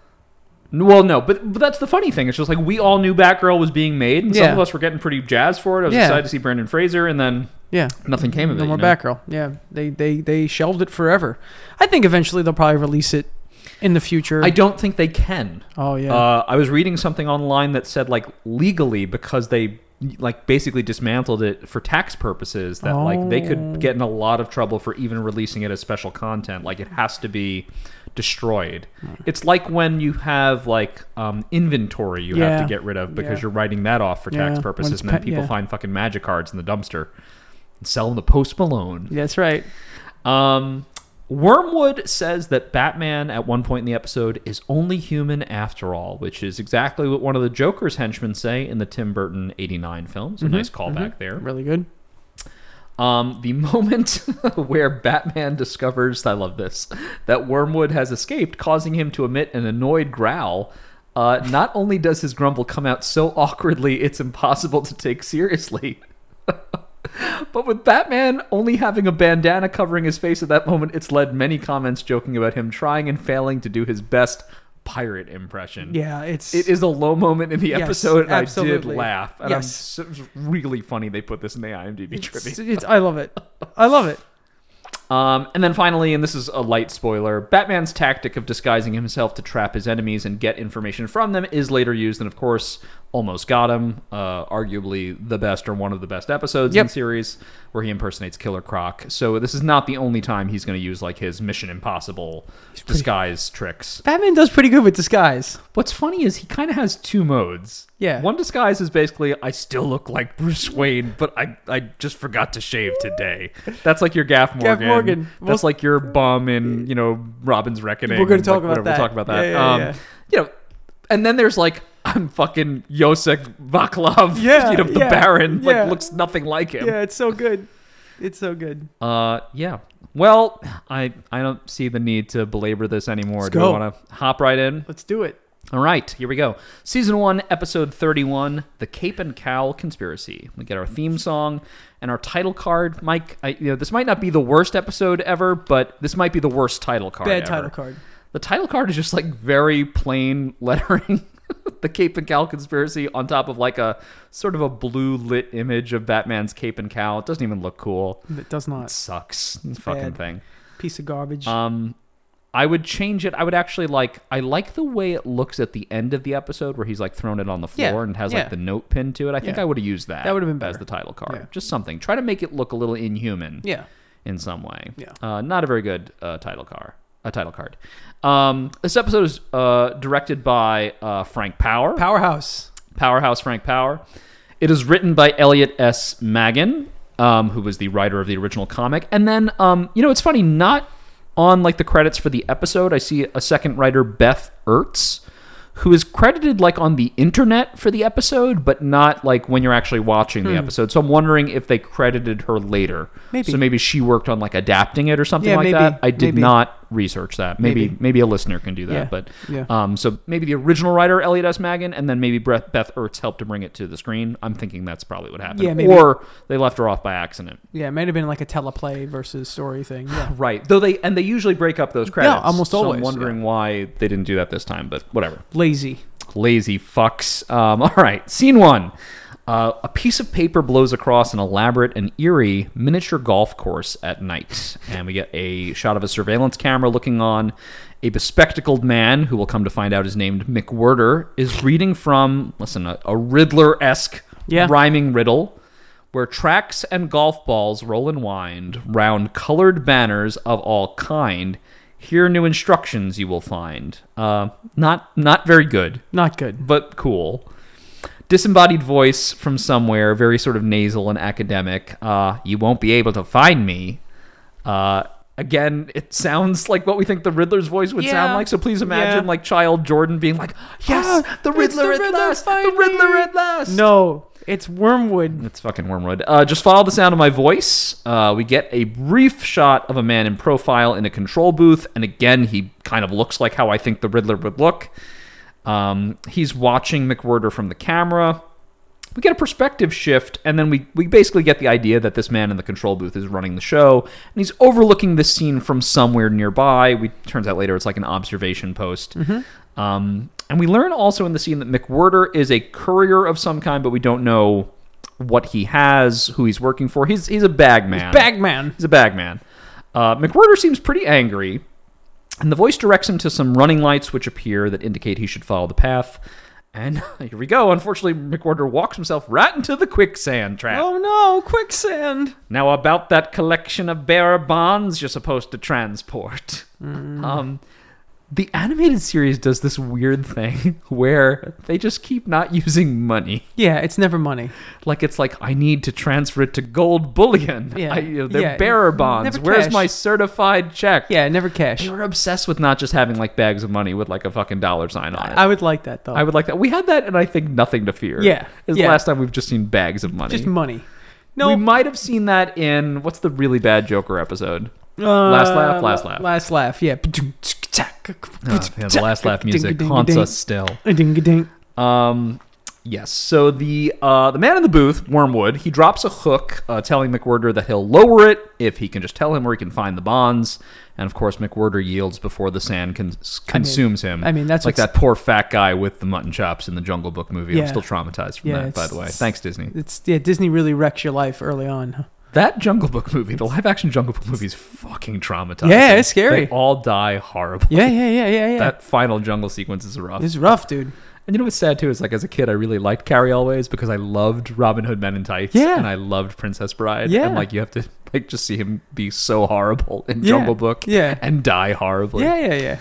[SPEAKER 1] N- Well, no, but, but that's the funny thing. It's just like we all knew Batgirl was being made, and some
[SPEAKER 2] Yeah.
[SPEAKER 1] of us were getting pretty jazzed for it. I was
[SPEAKER 2] Yeah.
[SPEAKER 1] excited to see Brandon Fraser, and then
[SPEAKER 2] Yeah.
[SPEAKER 1] nothing came of it.
[SPEAKER 2] No more
[SPEAKER 1] you know?
[SPEAKER 2] Batgirl. Yeah, they they they shelved it forever. I think eventually they'll probably release it in the future.
[SPEAKER 1] I don't think they can.
[SPEAKER 2] oh yeah.
[SPEAKER 1] Uh, I was reading something online that said like legally because they like basically dismantled it for tax purposes that like they
[SPEAKER 2] Oh.
[SPEAKER 1] could get in a lot of trouble for even releasing it as special content. Like it has to be destroyed.
[SPEAKER 2] Hmm.
[SPEAKER 1] It's like when you have like um, inventory you have
[SPEAKER 2] Yeah.
[SPEAKER 1] to get rid of because
[SPEAKER 2] Yeah.
[SPEAKER 1] you're writing that off for
[SPEAKER 2] Yeah.
[SPEAKER 1] tax
[SPEAKER 2] When
[SPEAKER 1] purposes,
[SPEAKER 2] it's
[SPEAKER 1] and then
[SPEAKER 2] pe-
[SPEAKER 1] people
[SPEAKER 2] yeah.
[SPEAKER 1] find fucking magic cards in the dumpster and sell them to Post Malone.
[SPEAKER 2] That's right.
[SPEAKER 1] Um, Wormwood says that Batman, at one point in the episode, is only human after all, which is exactly what one of the Joker's henchmen say in the Tim Burton 89 film. So, nice callback there.
[SPEAKER 2] Really good.
[SPEAKER 1] Um, the moment where Batman discovers, I love this, that Wormwood has escaped, causing him to emit an annoyed growl. Uh, not only does his grumble come out so awkwardly, it's impossible to take seriously. But with Batman only having a bandana covering his face at that moment, it's led many comments joking about him trying and failing to do his best pirate impression.
[SPEAKER 2] Yeah, it's
[SPEAKER 1] It is a low moment in the
[SPEAKER 2] Yes,
[SPEAKER 1] episode, and I
[SPEAKER 2] absolutely.
[SPEAKER 1] did laugh. And
[SPEAKER 2] Yes.
[SPEAKER 1] I'm so, it's really funny they put this in the IMDb
[SPEAKER 2] It's,
[SPEAKER 1] trivia.
[SPEAKER 2] it's, I love it. I love it.
[SPEAKER 1] Um, and then finally, and this is a light spoiler, Batman's tactic of disguising himself to trap his enemies and get information from them is later used, and of course, almost got him. Uh, arguably the best or one of the best episodes in
[SPEAKER 2] Yep.
[SPEAKER 1] the series, where he impersonates Killer Croc. So this is not the only time he's going to use like his Mission Impossible disguise tricks.
[SPEAKER 2] Batman does pretty good with disguise.
[SPEAKER 1] What's funny is he kind of has two modes.
[SPEAKER 2] Yeah.
[SPEAKER 1] One disguise is basically I still look like Bruce Wayne, but I I just forgot to shave today. That's like your Gaff Morgan.
[SPEAKER 2] Gaff Morgan.
[SPEAKER 1] That's like your bum in you know Robin's Reckoning.
[SPEAKER 2] We're gonna
[SPEAKER 1] and, like,
[SPEAKER 2] talk about
[SPEAKER 1] whatever. We'll
[SPEAKER 2] that.
[SPEAKER 1] talk about that.
[SPEAKER 2] Yeah, yeah,
[SPEAKER 1] um,
[SPEAKER 2] yeah.
[SPEAKER 1] You know, and then there's like I'm fucking Yosek Vaklav.
[SPEAKER 2] Yeah,
[SPEAKER 1] You know the
[SPEAKER 2] yeah,
[SPEAKER 1] Baron. Like
[SPEAKER 2] yeah.
[SPEAKER 1] looks nothing like him.
[SPEAKER 2] Yeah, it's so good. It's so good.
[SPEAKER 1] Uh, yeah. Well, I I don't see the need to belabor this anymore.
[SPEAKER 2] Let's
[SPEAKER 1] Do
[SPEAKER 2] go.
[SPEAKER 1] I want to hop right in?
[SPEAKER 2] Let's do it.
[SPEAKER 1] All right, here we go. Season 1, episode 31, The Cape and Cowl Conspiracy. We get our theme song and our title card. Mike, I, you know, this might not be the worst episode ever, but this might be the worst title card
[SPEAKER 2] Bad
[SPEAKER 1] ever.
[SPEAKER 2] title card.
[SPEAKER 1] The title card is just like very plain lettering. the Cape and Cowl Conspiracy on top of like a sort of a blue lit image of Batman's cape and cowl. It doesn't even look cool.
[SPEAKER 2] It does
[SPEAKER 1] It
[SPEAKER 2] not.
[SPEAKER 1] sucks. This fucking
[SPEAKER 2] bad.
[SPEAKER 1] thing.
[SPEAKER 2] Piece of garbage.
[SPEAKER 1] Um, I would change it. I would actually like. I like the way it looks at the end of the episode where he's like thrown it on the floor
[SPEAKER 2] Yeah,
[SPEAKER 1] and has
[SPEAKER 2] yeah.
[SPEAKER 1] like the note pinned to it. I think
[SPEAKER 2] Yeah.
[SPEAKER 1] I would have used that.
[SPEAKER 2] That would've been
[SPEAKER 1] as
[SPEAKER 2] better.
[SPEAKER 1] the title card.
[SPEAKER 2] Yeah.
[SPEAKER 1] Just something. Try to make it look a little inhuman
[SPEAKER 2] yeah.
[SPEAKER 1] in some way.
[SPEAKER 2] Yeah.
[SPEAKER 1] Uh, not a very good uh, title card. A title card. Um, this episode is uh, directed by uh, Frank Power.
[SPEAKER 2] Powerhouse.
[SPEAKER 1] Powerhouse Frank Power. It is written by Elliot S. Magan, um, who was the writer of the original comic. And then, um, you know, it's funny, not on like the credits for the episode, I see a second writer, Beth Ertz, who is credited like on the internet for the episode, but not like when you're actually watching the episode. So I'm wondering if they credited her later.
[SPEAKER 2] Hmm. Maybe.
[SPEAKER 1] So maybe she worked on like adapting it or something
[SPEAKER 2] Yeah,
[SPEAKER 1] like
[SPEAKER 2] maybe,
[SPEAKER 1] that. I did
[SPEAKER 2] maybe.
[SPEAKER 1] not research that. Maybe, maybe
[SPEAKER 2] Maybe.
[SPEAKER 1] a listener can do that.
[SPEAKER 2] Yeah,
[SPEAKER 1] But
[SPEAKER 2] yeah.
[SPEAKER 1] um, so maybe the original writer Elliot S. Magan, and then maybe Breth- Beth Ertz helped to bring it to the screen. I'm thinking that's probably what happened.
[SPEAKER 2] Yeah, maybe.
[SPEAKER 1] Or they left her off by accident.
[SPEAKER 2] Yeah, it might have been like a teleplay versus story thing. Yeah.
[SPEAKER 1] Right. Though they and they usually break up those credits.
[SPEAKER 2] almost
[SPEAKER 1] so
[SPEAKER 2] always,
[SPEAKER 1] I'm wondering why they didn't do that this time, but whatever.
[SPEAKER 2] Lazy.
[SPEAKER 1] Lazy fucks. Um, all right. Scene one. Uh, a piece of paper blows across an elaborate and eerie miniature golf course at night. And we get a shot of a surveillance camera looking on. A bespectacled man, who will come to find out is named Mick Werder, is reading from, listen, a, a Riddler esque
[SPEAKER 2] Yeah.
[SPEAKER 1] rhyming riddle where tracks and golf balls roll and wind round colored banners of all kind. Here, new instructions you will find. Uh, not not very good
[SPEAKER 2] Not good.
[SPEAKER 1] but cool. disembodied voice from somewhere, very sort of nasal and academic. Uh, you won't be able to find me. Uh, again, it sounds like what we think the Riddler's voice would sound
[SPEAKER 2] Yeah.
[SPEAKER 1] like. So please imagine
[SPEAKER 2] Yeah.
[SPEAKER 1] like child Jordan being like, "Yes,
[SPEAKER 2] Ah,
[SPEAKER 1] the
[SPEAKER 2] it's
[SPEAKER 1] Riddler
[SPEAKER 2] the
[SPEAKER 1] at
[SPEAKER 2] Riddler,
[SPEAKER 1] last, the
[SPEAKER 2] find
[SPEAKER 1] Riddler
[SPEAKER 2] me."
[SPEAKER 1] at last."
[SPEAKER 2] No, it's Wormwood.
[SPEAKER 1] It's fucking Wormwood. Uh, just follow the sound of my voice. Uh, we get a brief shot of a man in profile in a control booth, and again, he kind of looks like how I think the Riddler would look. Um, he's watching McWhirter from the camera. We get a perspective shift, and then we, we basically get the idea that this man in the control booth is running the show, and he's overlooking this scene from somewhere nearby. We turns out later it's like an observation post. Um, and we learn also in the scene that McWhirter is a courier of some kind, but we don't know what he has, who he's working for. He's he's a bag man.
[SPEAKER 2] Bagman.
[SPEAKER 1] He's a bag man. Uh, McWhirter seems pretty angry, and the voice directs him to some running lights which appear that indicate he should follow the path. And here we go. Unfortunately, McWhirter walks himself right into the quicksand trap.
[SPEAKER 2] Oh no, quicksand.
[SPEAKER 1] Now, about that collection of bearer bonds you're supposed to transport.
[SPEAKER 2] Mm.
[SPEAKER 1] Um, the animated series does this weird thing where they just keep not using money.
[SPEAKER 2] Yeah, it's never money.
[SPEAKER 1] Like it's like I need to transfer it to gold bullion.
[SPEAKER 2] Yeah.
[SPEAKER 1] I, you know, they're
[SPEAKER 2] Yeah,
[SPEAKER 1] bearer
[SPEAKER 2] never
[SPEAKER 1] bonds. Where's
[SPEAKER 2] cash.
[SPEAKER 1] my certified check?
[SPEAKER 2] Yeah, never cash.
[SPEAKER 1] they were obsessed with not just having like bags of money with like a fucking dollar sign on it.
[SPEAKER 2] I would like that though.
[SPEAKER 1] I would like that. We had that, and I think nothing to fear.
[SPEAKER 2] Yeah,
[SPEAKER 1] is
[SPEAKER 2] yeah.
[SPEAKER 1] the last time we've just seen bags of money.
[SPEAKER 2] just money. No,
[SPEAKER 1] we might have seen that in what's the really bad Joker episode? Last laugh, last laugh.
[SPEAKER 2] uh,
[SPEAKER 1] Uh,
[SPEAKER 2] Last laugh, yeah.
[SPEAKER 1] the last laugh music haunts us still.
[SPEAKER 2] Ding-a-ding.
[SPEAKER 1] Um, yes. So the uh, the man in the booth, Wormwood, he drops a hook, uh, telling McWhirter that he'll lower it if he can just tell him where he can find the bonds. And of course, McWhirter yields before the sand con- consumes him.
[SPEAKER 2] I mean, that's
[SPEAKER 1] like
[SPEAKER 2] what's-
[SPEAKER 1] that poor fat guy with the mutton chops in the Jungle Book movie. I'm
[SPEAKER 2] Yeah.
[SPEAKER 1] still traumatized from
[SPEAKER 2] Yeah,
[SPEAKER 1] that, by
[SPEAKER 2] it's-
[SPEAKER 1] the way. Thanks, Disney.
[SPEAKER 2] It's yeah. Disney really wrecks your life early on. huh?
[SPEAKER 1] That Jungle Book movie, the live action Jungle Book movie, is fucking traumatizing.
[SPEAKER 2] Yeah, it's scary.
[SPEAKER 1] They all die horribly.
[SPEAKER 2] Yeah, yeah, yeah, yeah, yeah.
[SPEAKER 1] That final jungle sequence is rough.
[SPEAKER 2] it's rough, dude.
[SPEAKER 1] And you know what's sad too is like as a kid, I really liked Carrie Always because I loved Robin Hood Men in Tights.
[SPEAKER 2] Yeah.
[SPEAKER 1] And I loved Princess Bride.
[SPEAKER 2] Yeah.
[SPEAKER 1] And like you have to like just see him be so horrible in
[SPEAKER 2] Yeah.
[SPEAKER 1] Jungle Book.
[SPEAKER 2] Yeah.
[SPEAKER 1] And die horribly.
[SPEAKER 2] yeah, yeah, yeah.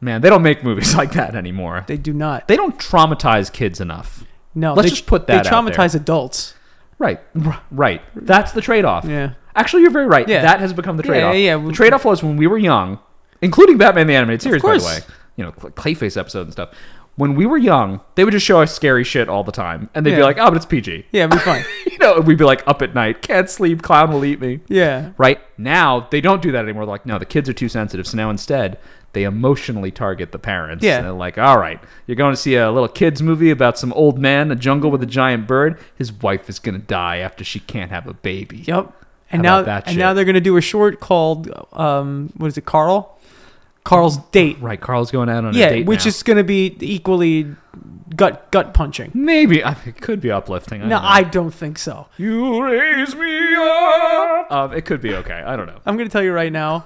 [SPEAKER 1] Man, they don't make movies like that anymore. They,
[SPEAKER 2] They do not.
[SPEAKER 1] don't traumatize kids enough.
[SPEAKER 2] no,
[SPEAKER 1] Let's
[SPEAKER 2] they,
[SPEAKER 1] just put
[SPEAKER 2] they
[SPEAKER 1] that out there.
[SPEAKER 2] traumatize adults.
[SPEAKER 1] Right. R- Right. That's the trade off.
[SPEAKER 2] Yeah,
[SPEAKER 1] Actually, you're very right.
[SPEAKER 2] Yeah.
[SPEAKER 1] That has become the
[SPEAKER 2] Yeah,
[SPEAKER 1] trade off.
[SPEAKER 2] yeah, yeah.
[SPEAKER 1] The trade off was when we were young, including Batman the Animated Series, by the
[SPEAKER 2] course.
[SPEAKER 1] way, you know, Cl- Clayface episode and stuff. When we were young, they would just show us scary shit all the time. And they'd be
[SPEAKER 2] Yeah.
[SPEAKER 1] like, oh, but it's PG.
[SPEAKER 2] yeah, it'd be fine.
[SPEAKER 1] you know, and we'd be like up at night, can't sleep, clown will eat me.
[SPEAKER 2] yeah,
[SPEAKER 1] Right now, they don't do that anymore. They're like, no, the kids are too sensitive. So now instead, they emotionally target the parents.
[SPEAKER 2] Yeah.
[SPEAKER 1] And they're like, all right, you're going to see a little kids movie about some old man, a jungle with a giant bird. His wife is going to die after she can't have a baby.
[SPEAKER 2] yep. And
[SPEAKER 1] How
[SPEAKER 2] now,
[SPEAKER 1] about that
[SPEAKER 2] and now
[SPEAKER 1] shit?
[SPEAKER 2] they're gonna do a short called, um, what is it, Carl? Carl's date.
[SPEAKER 1] Right, Carl's going out on a
[SPEAKER 2] Yeah,
[SPEAKER 1] date.
[SPEAKER 2] which
[SPEAKER 1] now.
[SPEAKER 2] is gonna be equally gut gut punching.
[SPEAKER 1] maybe I mean, it could be uplifting. I
[SPEAKER 2] No,
[SPEAKER 1] don't know.
[SPEAKER 2] I don't think so.
[SPEAKER 1] you raise me up. Um, it could be okay. I don't know.
[SPEAKER 2] I'm going to tell you right now.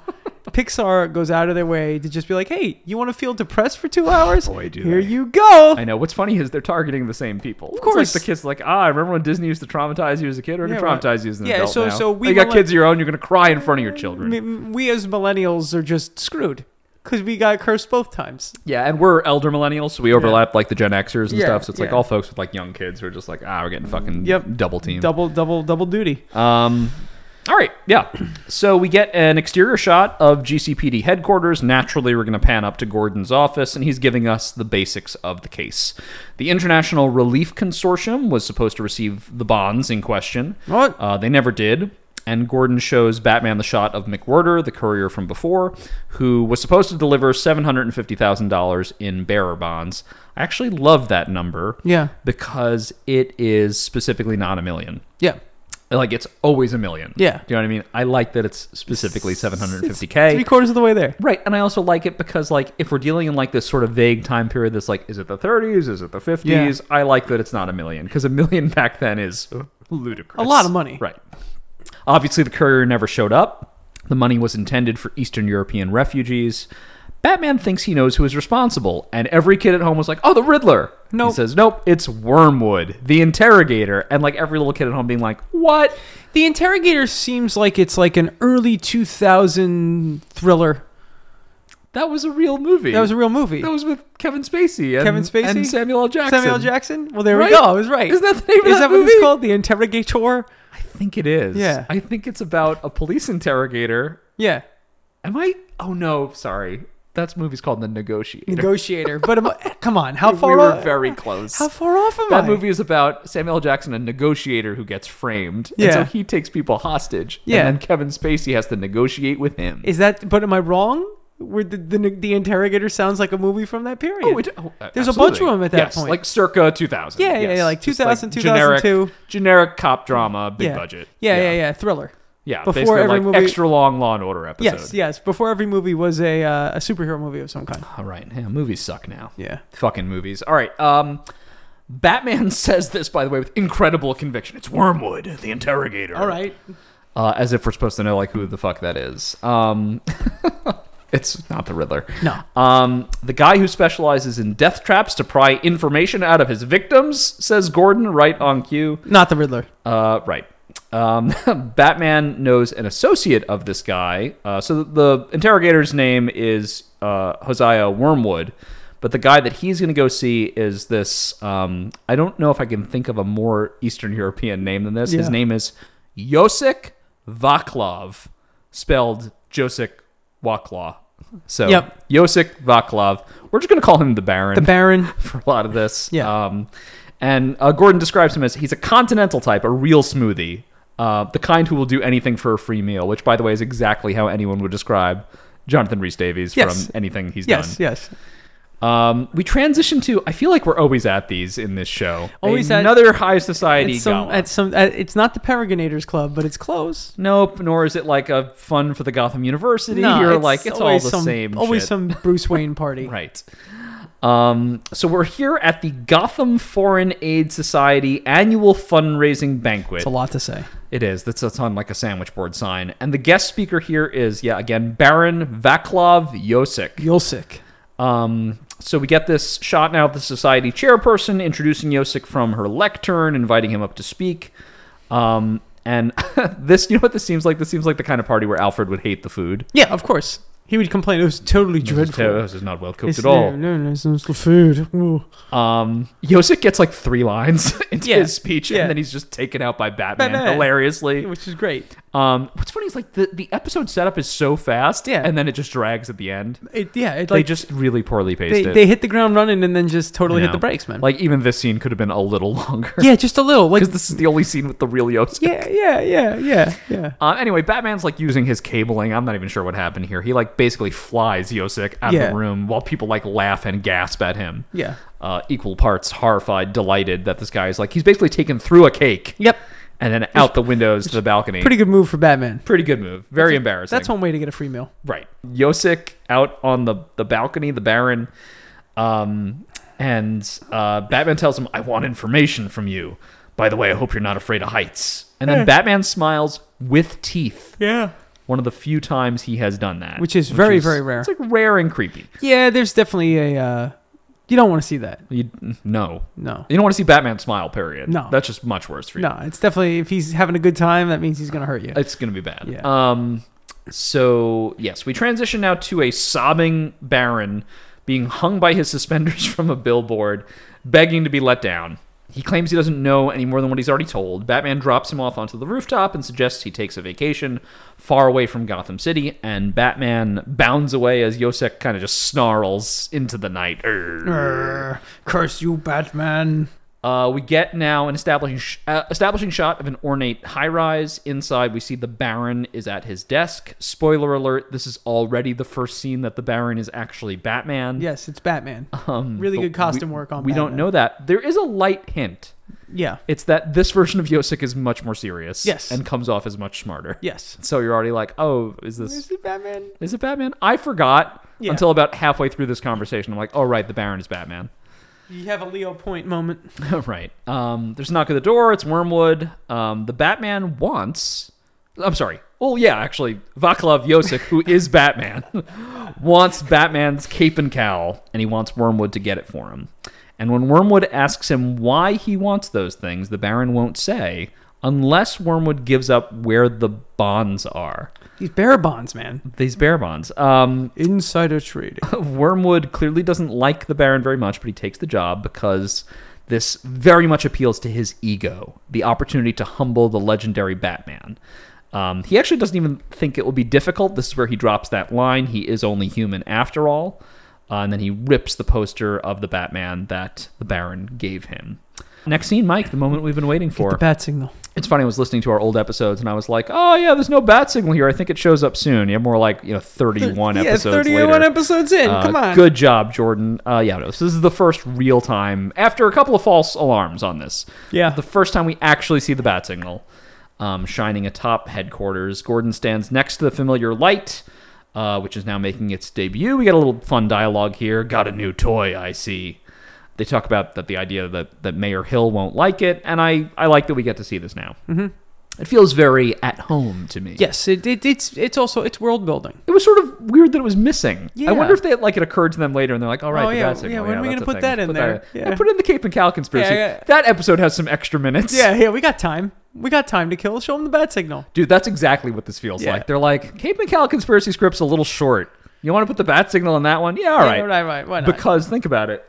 [SPEAKER 2] Pixar goes out of their way to just be like, "Hey, you want to feel depressed for two hours?
[SPEAKER 1] Boy, do
[SPEAKER 2] Here
[SPEAKER 1] they.
[SPEAKER 2] you go."
[SPEAKER 1] I know. What's funny is they're targeting the same people. Of
[SPEAKER 2] course.
[SPEAKER 1] the kids are like ah, remember when Disney used to traumatize you as a kid, or to
[SPEAKER 2] Yeah, right.
[SPEAKER 1] traumatize you as an
[SPEAKER 2] Yeah,
[SPEAKER 1] adult?
[SPEAKER 2] so-
[SPEAKER 1] now?
[SPEAKER 2] so we
[SPEAKER 1] you got
[SPEAKER 2] will-
[SPEAKER 1] kids of your own. You're gonna cry in front of your children.
[SPEAKER 2] M- We as millennials are just screwed because we got cursed both times.
[SPEAKER 1] yeah, and we're elder millennials, so we overlap like the Gen Xers and
[SPEAKER 2] Yeah,
[SPEAKER 1] stuff. So it's like
[SPEAKER 2] yeah.
[SPEAKER 1] all folks with like young kids who are just like ah, we're getting fucking
[SPEAKER 2] Yep.
[SPEAKER 1] double teamed.
[SPEAKER 2] Double, double, double duty.
[SPEAKER 1] Um, all right, yeah. So we get an exterior shot of GCPD headquarters. Naturally, we're going to pan up to Gordon's office, and he's giving us the basics of the case. The International Relief Consortium was supposed to receive the bonds in question.
[SPEAKER 2] What?
[SPEAKER 1] Uh, they never did. And Gordon shows Batman the shot of McWhirter, the courier from before, who was supposed to deliver $750,000 in bearer bonds. I actually love that number
[SPEAKER 2] Yeah,
[SPEAKER 1] because it is specifically not a million
[SPEAKER 2] yeah.
[SPEAKER 1] like it's always a million.
[SPEAKER 2] Yeah.
[SPEAKER 1] Do you know what I mean? I like that it's specifically 750k.
[SPEAKER 2] Three quarters of the way there.
[SPEAKER 1] Right, and I also like it because like if we're dealing in like this sort of vague time period that's like is it the 30s, is it the 50s? I like that it's not a million because a million back then is ludicrous.
[SPEAKER 2] A lot of money.
[SPEAKER 1] Right. Obviously the courier never showed up. The money was intended for Eastern European refugees. Batman thinks he knows who is responsible, and every kid at home was like, "Oh, the Riddler." No, He
[SPEAKER 2] Nope.
[SPEAKER 1] says, "Nope, it's Wormwood, the interrogator." And like every little kid at home being like, "What?"
[SPEAKER 2] The interrogator seems like it's like an early 2000 thriller.
[SPEAKER 1] That was a real movie.
[SPEAKER 2] That was a real movie.
[SPEAKER 1] That was with Kevin Spacey. And,
[SPEAKER 2] Kevin Spacey?
[SPEAKER 1] and Samuel L. Jackson.
[SPEAKER 2] Samuel Jackson. Well, there
[SPEAKER 1] Right?
[SPEAKER 2] we go. I was right.
[SPEAKER 1] Isn't that the name of
[SPEAKER 2] Is
[SPEAKER 1] that
[SPEAKER 2] what it's
[SPEAKER 1] movie?
[SPEAKER 2] called? The Interrogator.
[SPEAKER 1] I think it is.
[SPEAKER 2] Yeah.
[SPEAKER 1] I think it's about a police interrogator.
[SPEAKER 2] Yeah,
[SPEAKER 1] Am I? Oh no, sorry. That movie's called The Negotiator.
[SPEAKER 2] negotiator. but am I- eh, come on, how
[SPEAKER 1] we
[SPEAKER 2] far
[SPEAKER 1] were
[SPEAKER 2] off?
[SPEAKER 1] very close.
[SPEAKER 2] how far off am I?
[SPEAKER 1] that movie is about Samuel L. Jackson, a negotiator who gets framed. And so
[SPEAKER 2] Yeah.
[SPEAKER 1] he takes people hostage. And
[SPEAKER 2] Yeah.
[SPEAKER 1] then Kevin Spacey has to negotiate with him.
[SPEAKER 2] Is that? But am I wrong? Where the, the the interrogator sounds like a movie from that period.
[SPEAKER 1] Oh, it- oh, uh,
[SPEAKER 2] There's a bunch of
[SPEAKER 1] absolutely.
[SPEAKER 2] them at that
[SPEAKER 1] Yes,
[SPEAKER 2] point.
[SPEAKER 1] like circa 2000.
[SPEAKER 2] Yeah, yeah,
[SPEAKER 1] yes.
[SPEAKER 2] yeah, like
[SPEAKER 1] Just
[SPEAKER 2] 2000,
[SPEAKER 1] generic-
[SPEAKER 2] 2002.
[SPEAKER 1] Generic, cop drama, big
[SPEAKER 2] yeah.
[SPEAKER 1] budget.
[SPEAKER 2] Yeah, yeah, yeah,
[SPEAKER 1] yeah.
[SPEAKER 2] Thriller.
[SPEAKER 1] Yeah,
[SPEAKER 2] Before
[SPEAKER 1] basically
[SPEAKER 2] every
[SPEAKER 1] like
[SPEAKER 2] movie-
[SPEAKER 1] extra long Law and Order episode.
[SPEAKER 2] Yes, yes. Before every movie was a uh, a superhero movie of some kind.
[SPEAKER 1] All right, yeah, movies suck now.
[SPEAKER 2] Yeah.
[SPEAKER 1] Fucking movies. All right. Um, Batman says this, by the way, with incredible conviction. It's Wormwood, the interrogator.
[SPEAKER 2] All right.
[SPEAKER 1] Uh, as if we're supposed to know, like, who the fuck that is. Um, it's not the Riddler.
[SPEAKER 2] No.
[SPEAKER 1] Um, the guy who specializes in death traps to pry information out of his victims, says Gordon, right on cue.
[SPEAKER 2] Not the Riddler.
[SPEAKER 1] Uh, right. Um, Batman knows an associate of this guy. Uh, so the interrogator's name is uh, Hosea Wormwood, but the guy that he's going to go see is this. Um, I don't know if I can think of a more Eastern European name than this. His
[SPEAKER 2] Yeah.
[SPEAKER 1] name is Josik Vaklav, spelled Josik Waklaw. So
[SPEAKER 2] Yep.
[SPEAKER 1] Josik Vaklav. We're just going to call him the Baron
[SPEAKER 2] The Baron.
[SPEAKER 1] for a lot of this.
[SPEAKER 2] Yeah.
[SPEAKER 1] Um, and uh, Gordon describes him as he's a continental type, a real smoothie, uh, the kind who will do anything for a free meal, which, by the way, is exactly how anyone would describe Jonathan Rhys Davies
[SPEAKER 2] Yes.
[SPEAKER 1] from anything he's
[SPEAKER 2] Yes,
[SPEAKER 1] done.
[SPEAKER 2] yes.
[SPEAKER 1] Um, we transition to, I feel like we're always at these in this show.
[SPEAKER 2] Always at-
[SPEAKER 1] Another high society
[SPEAKER 2] It's some,
[SPEAKER 1] gala.
[SPEAKER 2] at some, at, it's not the Paragonators Club, but it's close.
[SPEAKER 1] Nope, nor is it like a fun for the Gotham University.
[SPEAKER 2] No,
[SPEAKER 1] You're like, it's all
[SPEAKER 2] always
[SPEAKER 1] the
[SPEAKER 2] some,
[SPEAKER 1] same
[SPEAKER 2] Always
[SPEAKER 1] shit.
[SPEAKER 2] some Bruce Wayne party.
[SPEAKER 1] Right. Um, so we're here at the Gotham Foreign Aid Society annual fundraising banquet.
[SPEAKER 2] It's a lot to say.
[SPEAKER 1] It is. That's, that's on like a sandwich board sign. And the guest speaker here is, yeah, again, Baron Vaclav Josik.
[SPEAKER 2] Yulsik.
[SPEAKER 1] Um, so we get this shot now of the society chairperson introducing Josik from her lectern, inviting him up to speak. Um, and this, you know what this seems like? This seems like the kind of party where Alfred would hate the food.
[SPEAKER 2] Yeah, of course. He would complain. It was totally dreadful.
[SPEAKER 1] This is not well cooked
[SPEAKER 2] It's-
[SPEAKER 1] at all.
[SPEAKER 2] No, no, it's not the food. Ooh.
[SPEAKER 1] Um, Josik gets like three lines into
[SPEAKER 2] Yeah.
[SPEAKER 1] his speech,
[SPEAKER 2] Yeah.
[SPEAKER 1] and then he's just taken out by Batman,
[SPEAKER 2] Batman.
[SPEAKER 1] hilariously.
[SPEAKER 2] Which is great.
[SPEAKER 1] Um, what's funny is like the, the episode setup is so fast,
[SPEAKER 2] Yeah.
[SPEAKER 1] and then it just drags at the end.
[SPEAKER 2] It, yeah, it,
[SPEAKER 1] they
[SPEAKER 2] like,
[SPEAKER 1] just really poorly paced
[SPEAKER 2] they,
[SPEAKER 1] it.
[SPEAKER 2] they hit the ground running and then just totally
[SPEAKER 1] You
[SPEAKER 2] hit the
[SPEAKER 1] know?
[SPEAKER 2] brakes, man.
[SPEAKER 1] Like even this scene could have been a little longer because
[SPEAKER 2] yeah, just a little. Like
[SPEAKER 1] this is the only scene with the real Josik.
[SPEAKER 2] yeah, yeah, yeah, yeah, yeah.
[SPEAKER 1] Uh, anyway, Batman's like using his cabling. I'm not even sure what happened here. He like basically flies Josik out of
[SPEAKER 2] Yeah.
[SPEAKER 1] the room while people like laugh and gasp at him.
[SPEAKER 2] Yeah.
[SPEAKER 1] Uh, equal parts horrified, delighted that this guy is like he's basically taken through a cake.
[SPEAKER 2] Yep.
[SPEAKER 1] and then out the windows to the balcony.
[SPEAKER 2] Pretty good move for Batman.
[SPEAKER 1] pretty good move. Very embarrassing.
[SPEAKER 2] That's one way to get a free meal.
[SPEAKER 1] right. Josik out on the the balcony, the Baron, um, and uh, Batman tells him, "I want information from you." By the way, I hope you're not afraid of heights. And then
[SPEAKER 2] Yeah.
[SPEAKER 1] Batman smiles with teeth.
[SPEAKER 2] Yeah.
[SPEAKER 1] One of the few times he has done that,
[SPEAKER 2] Which is very, very rare.
[SPEAKER 1] It's like rare and creepy.
[SPEAKER 2] Yeah, there's definitely a. Uh, you don't want to see that.
[SPEAKER 1] You no,
[SPEAKER 2] No.
[SPEAKER 1] you don't want to see Batman smile. Period.
[SPEAKER 2] No.
[SPEAKER 1] that's just much worse for you.
[SPEAKER 2] No, it's definitely if he's having a good time, that means he's gonna hurt you.
[SPEAKER 1] It's gonna be bad.
[SPEAKER 2] Yeah.
[SPEAKER 1] Um. So yes, we transition now to a sobbing Baron being hung by his suspenders from a billboard, begging to be let down. He claims he doesn't know any more than what he's already told. Batman drops him off onto the rooftop and suggests he takes a vacation far away from Gotham City. And Batman bounds away as Yosek kind of just snarls into the night. Err.
[SPEAKER 2] Err, curse you, Batman.
[SPEAKER 1] Uh, we get now an establishing sh- uh, establishing shot of an ornate high rise. Inside, we see the Baron is at his desk. Spoiler alert: This is already the first scene that the Baron is actually Batman.
[SPEAKER 2] Yes, it's Batman.
[SPEAKER 1] Um,
[SPEAKER 2] really
[SPEAKER 1] but
[SPEAKER 2] good costume
[SPEAKER 1] we-
[SPEAKER 2] work on
[SPEAKER 1] We don't
[SPEAKER 2] Batman.
[SPEAKER 1] know that. There is a light hint.
[SPEAKER 2] Yeah.
[SPEAKER 1] It's that this version of Yosik is much more serious.
[SPEAKER 2] Yes.
[SPEAKER 1] and comes off as much smarter.
[SPEAKER 2] Yes.
[SPEAKER 1] So you're already like, oh, is this
[SPEAKER 2] Is it Batman?
[SPEAKER 1] is it Batman? I forgot
[SPEAKER 2] Yeah.
[SPEAKER 1] until about halfway through this conversation. I'm like, oh right, the Baron is Batman.
[SPEAKER 2] You have a Leo Point moment.
[SPEAKER 1] right. Um, there's a knock at the door. It's Wormwood. Um, the Batman wants. I'm sorry. Well, yeah, actually, Vaclav Josik, who is Batman, wants Batman's cape and cowl, and he wants Wormwood to get it for him. And when Wormwood asks him why he wants those things, the Baron won't say, unless Wormwood gives up where the bonds are.
[SPEAKER 2] These bear bonds, man.
[SPEAKER 1] These bear bonds. Um,
[SPEAKER 2] Insider trading.
[SPEAKER 1] Wormwood clearly doesn't like the Baron very much, but he takes the job because this very much appeals to his ego the opportunity to humble the legendary Batman. Um, he actually doesn't even think it will be difficult. This is where he drops that line he is only human after all. Uh, and then he rips the poster of the Batman that the Baron gave him. Next scene, Mike, the moment we've been waiting for.
[SPEAKER 2] The bat signal.
[SPEAKER 1] It's funny. I was listening to our old episodes, and I was like, "Oh yeah, there's no bat signal here. I think it shows up soon." Yeah, more like you know, 31
[SPEAKER 2] yeah,
[SPEAKER 1] episodes
[SPEAKER 2] 31
[SPEAKER 1] later.
[SPEAKER 2] episodes in.
[SPEAKER 1] Uh,
[SPEAKER 2] Come on.
[SPEAKER 1] Good job, Jordan. Uh, yeah, no, so this is the first real time after a couple of false alarms on this.
[SPEAKER 2] Yeah.
[SPEAKER 1] the first time we actually see the bat signal um, shining atop headquarters. Gordon stands next to the familiar light. Uh, which is now making its debut. We got a little fun dialogue here. Got a new toy, I see. They talk about that the idea that, that Mayor Hill won't like it, and I, I like that we get to see this now. Mm-hmm. It feels very at home to me.
[SPEAKER 2] Yes, it, it, it's it's also it's world building.
[SPEAKER 1] It was sort of weird that it was missing.
[SPEAKER 2] Yeah.
[SPEAKER 1] I wonder if they like it occurred to them later and they're like, all right,
[SPEAKER 2] Oh,
[SPEAKER 1] the
[SPEAKER 2] yeah,
[SPEAKER 1] bat signal,
[SPEAKER 2] yeah, when are we
[SPEAKER 1] that's
[SPEAKER 2] gonna
[SPEAKER 1] a
[SPEAKER 2] put
[SPEAKER 1] thing.
[SPEAKER 2] that in there?
[SPEAKER 1] in. I
[SPEAKER 2] Yeah.
[SPEAKER 1] put it in the Cape and Cow conspiracy.
[SPEAKER 2] Yeah, yeah.
[SPEAKER 1] That episode has some extra minutes.
[SPEAKER 2] Yeah, yeah, we got time. We got time to kill. Show them the bat signal.
[SPEAKER 1] Dude, that's exactly what this feels
[SPEAKER 2] Yeah.
[SPEAKER 1] like. They're like, Cape and Cow conspiracy script's a little short. You want to put the bat signal in that one? Yeah, all
[SPEAKER 2] Yeah,
[SPEAKER 1] right.
[SPEAKER 2] right, right. Why not?
[SPEAKER 1] Because think about it,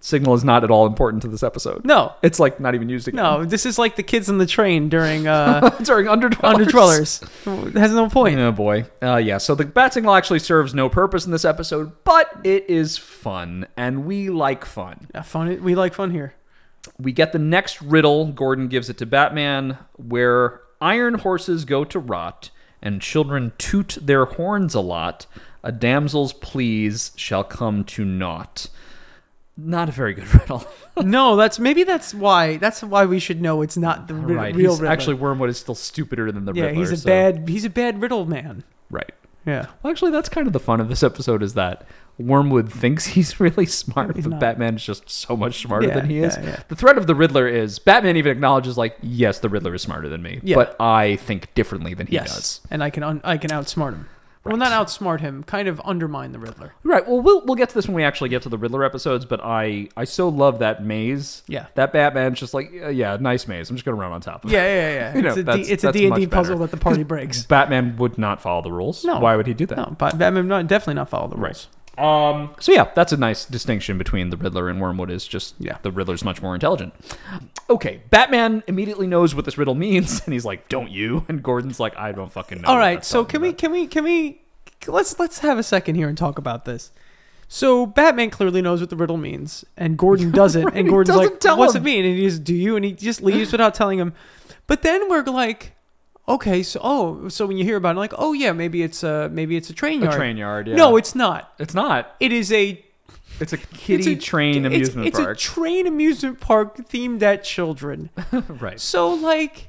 [SPEAKER 1] signal is not at all important to this episode.
[SPEAKER 2] no,
[SPEAKER 1] It's like not even used again.
[SPEAKER 2] no, this is like the kids on the train during uh,
[SPEAKER 1] during under
[SPEAKER 2] under dwellers. It has no point.
[SPEAKER 1] Oh boy. Uh, yeah. So the bat signal actually serves no purpose in this episode, but it is fun, and we like fun.
[SPEAKER 2] Yeah, fun. We like fun here.
[SPEAKER 1] We get the next riddle. Gordon gives it to Batman, where iron horses go to rot, and children toot their horns a lot. A damsel's pleas shall come to naught. Not a very good riddle.
[SPEAKER 2] No, that's maybe that's why that's why we should know it's not the ri-
[SPEAKER 1] right.
[SPEAKER 2] real
[SPEAKER 1] he's-
[SPEAKER 2] Riddler.
[SPEAKER 1] Actually, Wormwood is still stupider than the
[SPEAKER 2] yeah,
[SPEAKER 1] Riddler.
[SPEAKER 2] he's a
[SPEAKER 1] so-
[SPEAKER 2] bad he's a bad riddle man.
[SPEAKER 1] Right.
[SPEAKER 2] Yeah,
[SPEAKER 1] Well, actually, that's kind of the fun of this episode is that Wormwood thinks he's really smart,
[SPEAKER 2] He's
[SPEAKER 1] but
[SPEAKER 2] not.
[SPEAKER 1] Batman is just so much smarter
[SPEAKER 2] Yeah,
[SPEAKER 1] than he is.
[SPEAKER 2] yeah, yeah.
[SPEAKER 1] The threat of the Riddler is Batman even acknowledges, like, yes, the Riddler is smarter than me,
[SPEAKER 2] Yeah.
[SPEAKER 1] but I think differently than he
[SPEAKER 2] yes,
[SPEAKER 1] does.
[SPEAKER 2] and I can un- I can outsmart him. Well,
[SPEAKER 1] Right.
[SPEAKER 2] not outsmart him, kind of undermine the Riddler.
[SPEAKER 1] Right. Well, we'll we'll get to this when we actually get to the Riddler episodes, but I I so love that maze.
[SPEAKER 2] Yeah.
[SPEAKER 1] That Batman's just like, yeah, yeah, nice maze. I'm just gonna run on top of it.
[SPEAKER 2] Yeah, yeah, yeah.
[SPEAKER 1] You know,
[SPEAKER 2] it's a D,
[SPEAKER 1] that's-
[SPEAKER 2] it's a
[SPEAKER 1] that's
[SPEAKER 2] D and
[SPEAKER 1] much
[SPEAKER 2] D
[SPEAKER 1] better.
[SPEAKER 2] puzzle that the party breaks.
[SPEAKER 1] Batman would not follow the rules.
[SPEAKER 2] No.
[SPEAKER 1] Why would he do that?
[SPEAKER 2] No, but Batman not, definitely not follow the rules.
[SPEAKER 1] Um, so yeah, that's a nice distinction between the Riddler and Wormwood. Is just
[SPEAKER 2] Yeah.
[SPEAKER 1] the Riddler's much more intelligent. Okay, Batman immediately knows what this riddle means, and he's like, "Don't you?" And Gordon's like, "I don't fucking know."
[SPEAKER 2] All
[SPEAKER 1] what
[SPEAKER 2] right,
[SPEAKER 1] that's
[SPEAKER 2] so
[SPEAKER 1] talking
[SPEAKER 2] can we
[SPEAKER 1] about."
[SPEAKER 2] can we can we let's let's have a second here and talk about this. So Batman clearly knows what the riddle means, and Gordon doesn't.
[SPEAKER 1] Right,
[SPEAKER 2] and
[SPEAKER 1] he
[SPEAKER 2] Gordon's
[SPEAKER 1] doesn't
[SPEAKER 2] like,
[SPEAKER 1] tell
[SPEAKER 2] "What's
[SPEAKER 1] him."
[SPEAKER 2] it mean?" And he just, "Do you?" And he just leaves without telling him. But then we're like, "Okay, so oh, so when you hear about it, like, oh yeah, maybe it's a maybe it's a train
[SPEAKER 1] A
[SPEAKER 2] yard.
[SPEAKER 1] train yard? Yeah.
[SPEAKER 2] No, it's not.
[SPEAKER 1] it's not.
[SPEAKER 2] It is a
[SPEAKER 1] It's a kitty
[SPEAKER 2] it's a,
[SPEAKER 1] train
[SPEAKER 2] it's-
[SPEAKER 1] amusement
[SPEAKER 2] it's,
[SPEAKER 1] park.
[SPEAKER 2] a train amusement park themed at children.
[SPEAKER 1] right.
[SPEAKER 2] So like,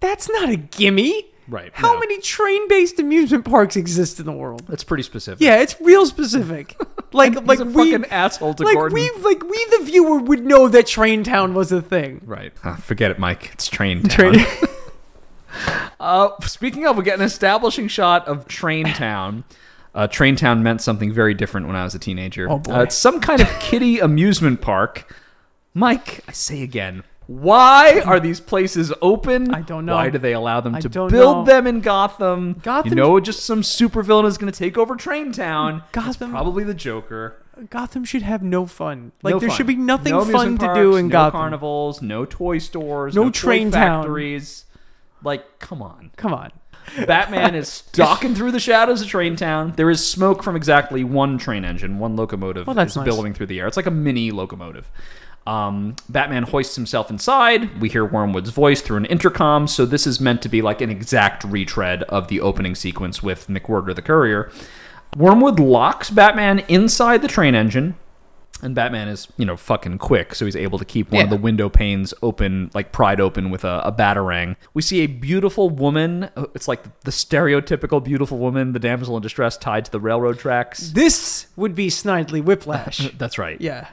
[SPEAKER 2] that's not a gimme.
[SPEAKER 1] Right.
[SPEAKER 2] How
[SPEAKER 1] no.
[SPEAKER 2] many train-based amusement parks exist in the world?
[SPEAKER 1] That's pretty specific.
[SPEAKER 2] Yeah, it's real specific. Like
[SPEAKER 1] He's
[SPEAKER 2] like
[SPEAKER 1] a
[SPEAKER 2] we
[SPEAKER 1] fucking asshole to
[SPEAKER 2] like
[SPEAKER 1] Gordon.
[SPEAKER 2] we like we the viewer would know that Train Town was a thing.
[SPEAKER 1] Right. Ah, forget it, Mike. It's train town.
[SPEAKER 2] Train-
[SPEAKER 1] uh, speaking of, we get an establishing shot of Train Town. Uh, train Town meant something very different when I was a teenager.
[SPEAKER 2] Oh, boy.
[SPEAKER 1] Uh, it's some kind of kiddie amusement park. Mike, I say again, why are these places open?
[SPEAKER 2] I don't know.
[SPEAKER 1] Why do they allow them
[SPEAKER 2] I
[SPEAKER 1] to
[SPEAKER 2] don't
[SPEAKER 1] build
[SPEAKER 2] know.
[SPEAKER 1] them in Gotham? you
[SPEAKER 2] Gotham's-
[SPEAKER 1] know, just some supervillain is going to take over Train Town. It's
[SPEAKER 2] Gotham-
[SPEAKER 1] probably the Joker.
[SPEAKER 2] Gotham should have no fun. Like
[SPEAKER 1] No
[SPEAKER 2] there
[SPEAKER 1] fun.
[SPEAKER 2] should be nothing
[SPEAKER 1] No
[SPEAKER 2] fun
[SPEAKER 1] amusement
[SPEAKER 2] to
[SPEAKER 1] parks,
[SPEAKER 2] do in
[SPEAKER 1] no
[SPEAKER 2] Gotham.
[SPEAKER 1] carnivals, no toy stores,
[SPEAKER 2] No
[SPEAKER 1] no,
[SPEAKER 2] train
[SPEAKER 1] toy
[SPEAKER 2] town.
[SPEAKER 1] factories. Like, come on.
[SPEAKER 2] Come on.
[SPEAKER 1] Batman is stalking through the shadows of Train Town. There is smoke from exactly one train engine, one locomotive
[SPEAKER 2] Well, that's
[SPEAKER 1] is
[SPEAKER 2] nice.
[SPEAKER 1] billowing through the air. It's like a mini locomotive. Um, Batman hoists himself inside. We hear Wormwood's voice through an intercom, so this is meant to be like an exact retread of the opening sequence with McWhorter the Courier. Wormwood locks Batman inside the train engine, and Batman is, you know, fucking quick, so he's able to keep one of
[SPEAKER 2] Yeah.
[SPEAKER 1] the window panes open, like pried open with a, a batarang. We see a beautiful woman. uh, It's like the stereotypical beautiful woman, the damsel in distress tied to the railroad tracks.
[SPEAKER 2] This would be Snidely Whiplash.
[SPEAKER 1] That's right.
[SPEAKER 2] yeah.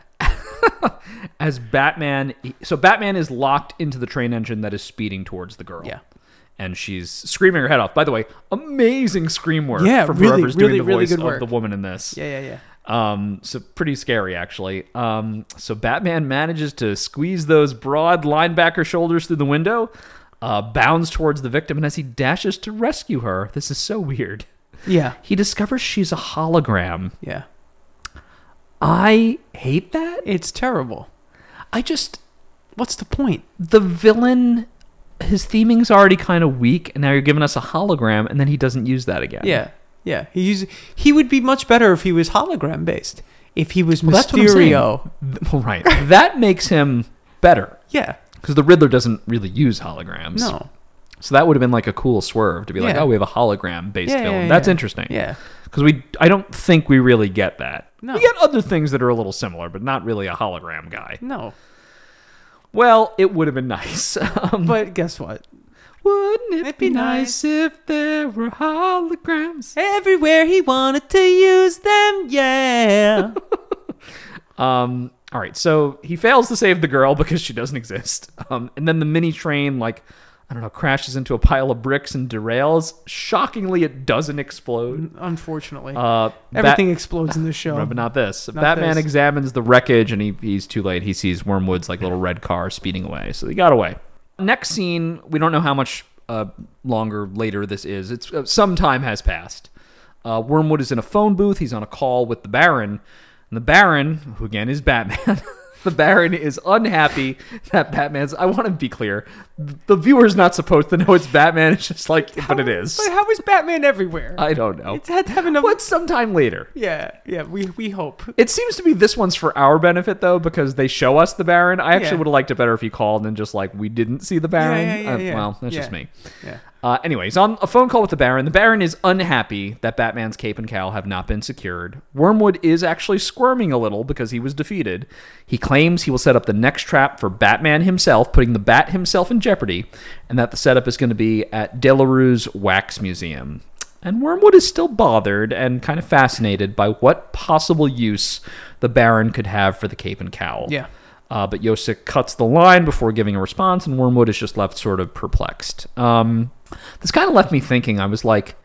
[SPEAKER 1] As Batman, so Batman is locked into the train engine that is speeding towards the girl.
[SPEAKER 2] Yeah.
[SPEAKER 1] And she's screaming her head off. By the way, amazing scream work
[SPEAKER 2] Yeah,
[SPEAKER 1] from
[SPEAKER 2] really,
[SPEAKER 1] whoever's
[SPEAKER 2] really,
[SPEAKER 1] doing the
[SPEAKER 2] really
[SPEAKER 1] voice
[SPEAKER 2] good
[SPEAKER 1] of
[SPEAKER 2] work.
[SPEAKER 1] the woman in this.
[SPEAKER 2] Yeah, yeah, yeah.
[SPEAKER 1] Um, so pretty scary, actually. Um, so Batman manages to squeeze those broad linebacker shoulders through the window, uh, bounds towards the victim, and as he dashes to rescue her, this is so weird.
[SPEAKER 2] Yeah.
[SPEAKER 1] He discovers she's a hologram.
[SPEAKER 2] Yeah.
[SPEAKER 1] I hate that.
[SPEAKER 2] It's terrible.
[SPEAKER 1] I just
[SPEAKER 2] What's the point?
[SPEAKER 1] the villain. His theming's already kind of weak, and now you're giving us a hologram, and then he doesn't use that again.
[SPEAKER 2] Yeah. Yeah. He use, he would be much better if he was hologram based. If he was
[SPEAKER 1] Well, that's what I'm saying.
[SPEAKER 2] Mysterio.
[SPEAKER 1] Th- well, right. that makes him better.
[SPEAKER 2] Yeah.
[SPEAKER 1] because the Riddler doesn't really use holograms.
[SPEAKER 2] No.
[SPEAKER 1] So that would have been like a cool swerve to be like,
[SPEAKER 2] Yeah.
[SPEAKER 1] oh, we have a hologram based
[SPEAKER 2] Yeah,
[SPEAKER 1] villain.
[SPEAKER 2] yeah,
[SPEAKER 1] That's
[SPEAKER 2] yeah.
[SPEAKER 1] interesting.
[SPEAKER 2] Yeah.
[SPEAKER 1] Because we, I don't think we really get that.
[SPEAKER 2] No.
[SPEAKER 1] We get other things that are a little similar, but not really a hologram guy.
[SPEAKER 2] No.
[SPEAKER 1] Well, it would have been nice. Um,
[SPEAKER 2] But guess what?
[SPEAKER 1] wouldn't it
[SPEAKER 2] It'd
[SPEAKER 1] be
[SPEAKER 2] be
[SPEAKER 1] nice if there were holograms?
[SPEAKER 2] Everywhere he wanted to use them, yeah.
[SPEAKER 1] Um, all right, so he fails to save the girl because she doesn't exist. Um, and then the mini train, like, I don't know, crashes into a pile of bricks and derails. Shockingly, it doesn't explode.
[SPEAKER 2] Unfortunately.
[SPEAKER 1] Uh,
[SPEAKER 2] Everything explodes in this show.
[SPEAKER 1] Bat- but not this.
[SPEAKER 2] Not
[SPEAKER 1] Batman
[SPEAKER 2] this.
[SPEAKER 1] examines the wreckage and he, he's too late. He sees Wormwood's like little red car speeding away, so they got away. Next scene, we don't know how much uh, longer later this is. It's uh, some time has passed. Uh, Wormwood is in a phone booth. He's on a call with the Baron, and the Baron, who again is Batman. The Baron is unhappy that Batman's. I want to be clear. The viewer's not supposed to know it's Batman. It's just like, but it is.
[SPEAKER 2] But how is Batman everywhere?
[SPEAKER 1] I don't know.
[SPEAKER 2] it's had to have enough.
[SPEAKER 1] What's sometime later?
[SPEAKER 2] Yeah, yeah, we, we hope.
[SPEAKER 1] It seems to be this one's for our benefit though, because they show us the Baron. I actually
[SPEAKER 2] Yeah.
[SPEAKER 1] would have liked it better if he called and just like we didn't see the Baron.
[SPEAKER 2] yeah, yeah,
[SPEAKER 1] Uh,
[SPEAKER 2] yeah.
[SPEAKER 1] well, that's just
[SPEAKER 2] Yeah.
[SPEAKER 1] me.
[SPEAKER 2] Yeah.
[SPEAKER 1] Uh, anyway, he's on a phone call with the Baron. The Baron is unhappy that Batman's cape and cowl have not been secured. Wormwood is actually squirming a little because he was defeated. He claims he will set up the next trap for Batman himself, putting the Bat himself in jeopardy, and that the setup is going to be at Delarue's Wax Museum. And Wormwood is still bothered and kind of fascinated by what possible use the Baron could have for the cape and cowl.
[SPEAKER 2] Yeah.
[SPEAKER 1] Uh, but Yosik cuts the line before giving a response, and Wormwood is just left sort of perplexed. Um, this kind of left me thinking. I was like,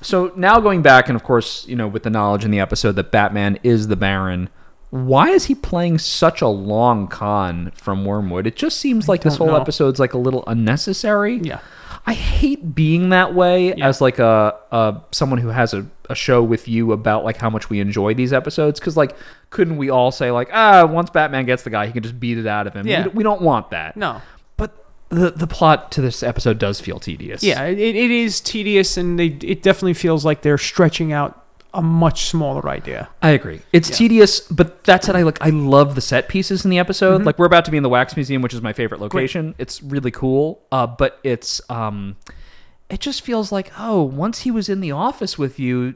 [SPEAKER 1] so now going back, and of course, you know, with the knowledge in the episode that Batman is the Baron, why is he playing such a long con from Wormwood? It just seems like this
[SPEAKER 2] don't
[SPEAKER 1] whole
[SPEAKER 2] know.
[SPEAKER 1] episode's like a little unnecessary.
[SPEAKER 2] Yeah.
[SPEAKER 1] I hate being that way as like a, a someone who has a, a show with you about like how much we enjoy these episodes because like couldn't we all say like ah once Batman gets the guy he can just beat it out of him
[SPEAKER 2] Yeah.
[SPEAKER 1] we, we don't want that
[SPEAKER 2] No.
[SPEAKER 1] but the the plot to this episode does feel tedious
[SPEAKER 2] Yeah, it, it is tedious, and they, it definitely feels like they're stretching out a much smaller idea.
[SPEAKER 1] I agree. It's
[SPEAKER 2] Yeah.
[SPEAKER 1] tedious, but that's it. I like. I love the set pieces in the episode.
[SPEAKER 2] Mm-hmm.
[SPEAKER 1] Like we're about to be in the wax museum, which is my favorite location. It's really cool. Uh, but it's um, it just feels like oh, once he was in the office with you,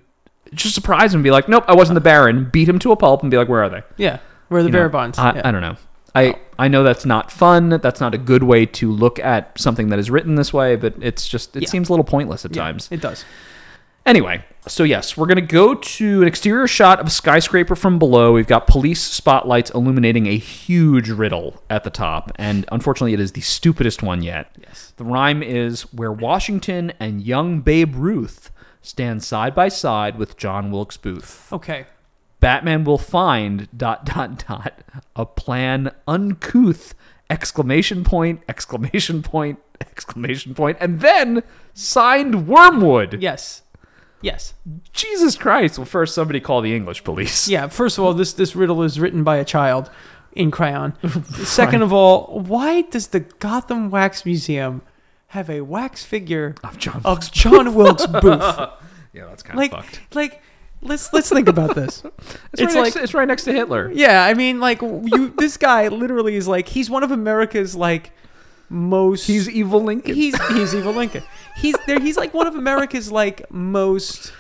[SPEAKER 1] just surprise him and be like, nope, I wasn't the Baron. Beat him to a pulp and be like, where are they?
[SPEAKER 2] Yeah, where the
[SPEAKER 1] You know,
[SPEAKER 2] bear bonds.
[SPEAKER 1] I,
[SPEAKER 2] yeah. Oh.
[SPEAKER 1] I don't know. I I know that's not fun. That's not a good way to look at something that is written this way. But it's just it
[SPEAKER 2] Yeah.
[SPEAKER 1] seems a little pointless at
[SPEAKER 2] Yeah,
[SPEAKER 1] times.
[SPEAKER 2] it does.
[SPEAKER 1] Anyway, so yes, we're going to go to an exterior shot of a skyscraper from below. We've got police spotlights illuminating a huge riddle at the top, and unfortunately, it is the stupidest one yet.
[SPEAKER 2] Yes.
[SPEAKER 1] The rhyme is where Washington and young Babe Ruth stand side by side with John Wilkes Booth.
[SPEAKER 2] Okay.
[SPEAKER 1] Batman will find dot dot dot a plan uncouth exclamation point exclamation point exclamation point and then signed Wormwood.
[SPEAKER 2] Yes. Yes.
[SPEAKER 1] Jesus Christ! Well, first somebody call the English police.
[SPEAKER 2] Yeah. First of all, this this riddle is written by a child in crayon. Second of all, why does the Gotham Wax Museum have a wax figure
[SPEAKER 1] Of John.
[SPEAKER 2] of John Wilkes Booth?
[SPEAKER 1] Yeah, that's kind
[SPEAKER 2] Oh, Like, like, let's let's think about this.
[SPEAKER 1] It's, right next, to- it's right next to Hitler.
[SPEAKER 2] Yeah, I mean, like you, this guy literally is like he's one of America's like most.
[SPEAKER 1] He's evil Lincoln.
[SPEAKER 2] he's he's evil Lincoln. He's there. He's like one of America's like most.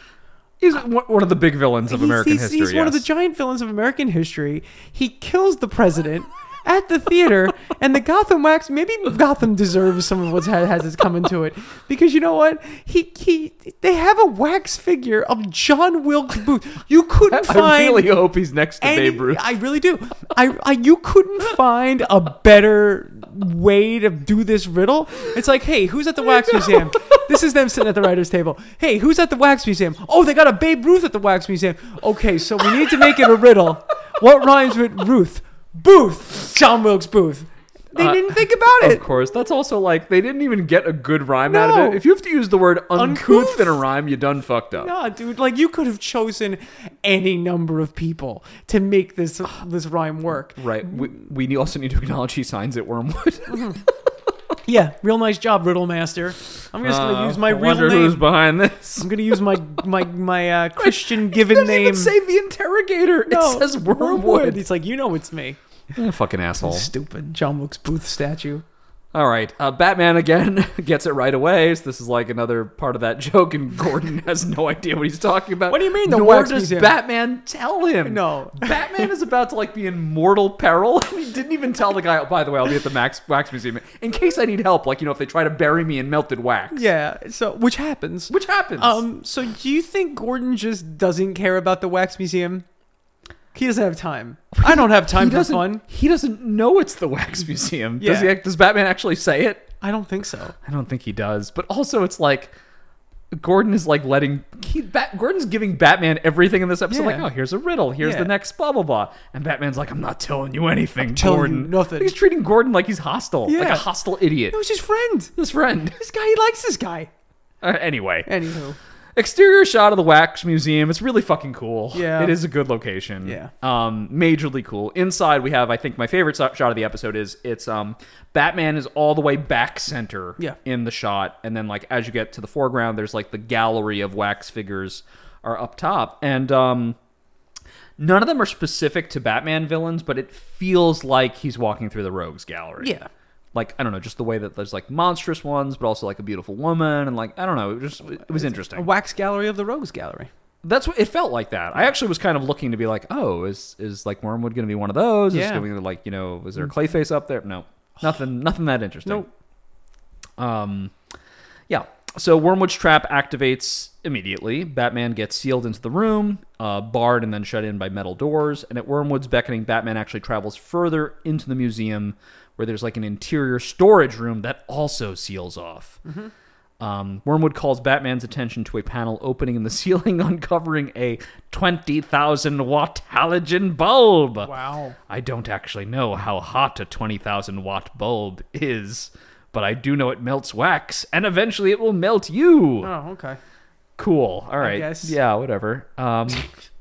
[SPEAKER 1] He's one one of the big villains of
[SPEAKER 2] he's,
[SPEAKER 1] American
[SPEAKER 2] he's-
[SPEAKER 1] history.
[SPEAKER 2] he's one of the
[SPEAKER 1] yes.
[SPEAKER 2] giant villains of American history. He kills the president. at the theater, and the Gotham Wax. Maybe Gotham deserves some of what has is coming to it because you know what? He he. They have a wax figure of John Wilkes Booth. You couldn't find.
[SPEAKER 1] I really hope he's next to
[SPEAKER 2] any-
[SPEAKER 1] Babe Ruth.
[SPEAKER 2] I really do. I, I you couldn't find a better way to do this riddle. It's like, hey, who's at the wax museum? This is them sitting at the writers' table. Hey, who's at the wax museum? Oh, they got a Babe Ruth at the wax museum. Okay, so we need to make it a riddle. What rhymes with Ruth? Booth. John Wilkes Booth. They
[SPEAKER 1] Uh,
[SPEAKER 2] didn't think about
[SPEAKER 1] Of
[SPEAKER 2] it.
[SPEAKER 1] course. That's also like they didn't even get a good rhyme out of
[SPEAKER 2] No.
[SPEAKER 1] it. If you have to use the word uncouth,
[SPEAKER 2] Uncouth.
[SPEAKER 1] in a rhyme, you done fucked up.
[SPEAKER 2] Nah, dude, like you could have chosen any number of people to make this this rhyme work.
[SPEAKER 1] Right. We, we ne- also need to acknowledge he signs at Wormwood.
[SPEAKER 2] Yeah, real nice job, Riddle Master. I'm just gonna
[SPEAKER 1] Uh,
[SPEAKER 2] use my
[SPEAKER 1] I
[SPEAKER 2] real
[SPEAKER 1] wonder
[SPEAKER 2] name.
[SPEAKER 1] who's behind this.
[SPEAKER 2] I'm gonna use my my my uh, Christian given
[SPEAKER 1] doesn't
[SPEAKER 2] name.
[SPEAKER 1] even say the interrogator.
[SPEAKER 2] No,
[SPEAKER 1] it says
[SPEAKER 2] Wormwood.
[SPEAKER 1] Wormwood.
[SPEAKER 2] He's like, you know, it's me.
[SPEAKER 1] Eh, fucking asshole.
[SPEAKER 2] Stupid John Wilkes Booth statue.
[SPEAKER 1] All right. Uh, Batman again gets it right away. So this is like another part of that joke, and Gordon has no idea what he's talking about.
[SPEAKER 2] What do you mean the
[SPEAKER 1] Nor
[SPEAKER 2] wax
[SPEAKER 1] does
[SPEAKER 2] museum?
[SPEAKER 1] Batman tell him.
[SPEAKER 2] No.
[SPEAKER 1] Batman is about to like be in mortal peril, and he didn't even tell the guy. Oh, by the way, I'll be at the Max Wax Museum in case I need help. Like you know, if they try to bury me in melted wax.
[SPEAKER 2] Yeah. So which happens.
[SPEAKER 1] Which happens.
[SPEAKER 2] Um. So do you think Gordon just doesn't care about the wax museum? He doesn't have time. I don't have time
[SPEAKER 1] he
[SPEAKER 2] for
[SPEAKER 1] doesn't.
[SPEAKER 2] fun.
[SPEAKER 1] He doesn't know it's the Wax Museum. Does
[SPEAKER 2] Yeah.
[SPEAKER 1] he? Does Batman actually say it?
[SPEAKER 2] I don't think so.
[SPEAKER 1] I don't think he does. But also, it's like Gordon is like letting he, Bat, Gordon's giving Batman everything in this episode.
[SPEAKER 2] Yeah.
[SPEAKER 1] Like, oh, here's a riddle. Here's
[SPEAKER 2] Yeah.
[SPEAKER 1] the next blah blah blah. And Batman's like, I'm not telling you anything,
[SPEAKER 2] telling
[SPEAKER 1] Gordon.
[SPEAKER 2] you nothing.
[SPEAKER 1] He's treating Gordon like he's hostile, like
[SPEAKER 2] Yeah.
[SPEAKER 1] a hostile idiot.
[SPEAKER 2] It was his friend.
[SPEAKER 1] His friend.
[SPEAKER 2] This guy, he likes this guy.
[SPEAKER 1] Uh, anyway,
[SPEAKER 2] Anywho.
[SPEAKER 1] exterior shot of the Wax Museum. It's really fucking cool.
[SPEAKER 2] Yeah.
[SPEAKER 1] it is a good location.
[SPEAKER 2] Yeah.
[SPEAKER 1] um, majorly cool. Inside, we have I think my favorite so- shot of the episode is it's um Batman is all the way back center.
[SPEAKER 2] Yeah.
[SPEAKER 1] in the shot, and then like as you get to the foreground, there's like the gallery of wax figures are up top, and um. None of them are specific to Batman villains, but it feels like he's walking through the rogues gallery
[SPEAKER 2] Yeah.
[SPEAKER 1] like I don't know, just the way that there's like monstrous ones, but also like a beautiful woman, and like I don't know, it just it was
[SPEAKER 2] A
[SPEAKER 1] interesting.
[SPEAKER 2] wax gallery of the Rogues Gallery.
[SPEAKER 1] That's what it felt like. That I actually was kind of looking to be like, oh, is is like Wormwood going to be one of those? Is
[SPEAKER 2] Yeah. Mm.
[SPEAKER 1] going to like you know, was there a Clayface up there? No, nothing, nothing that interesting.
[SPEAKER 2] Nope.
[SPEAKER 1] Um, yeah. So Wormwood's trap activates immediately. Batman gets sealed into the room, uh, barred and then shut in by metal doors. And at Wormwood's beckoning, Batman actually travels further into the museum, where there's like an interior storage room that also seals off. Um, Wormwood calls Batman's attention to a panel opening in the ceiling, uncovering a twenty thousand watt halogen bulb.
[SPEAKER 2] Wow.
[SPEAKER 1] I don't actually know how hot a 20,000 watt bulb is, but I do know it melts wax, and eventually it will melt you.
[SPEAKER 2] Oh, okay.
[SPEAKER 1] Cool. All right.
[SPEAKER 2] guess.
[SPEAKER 1] Yeah, whatever. Um,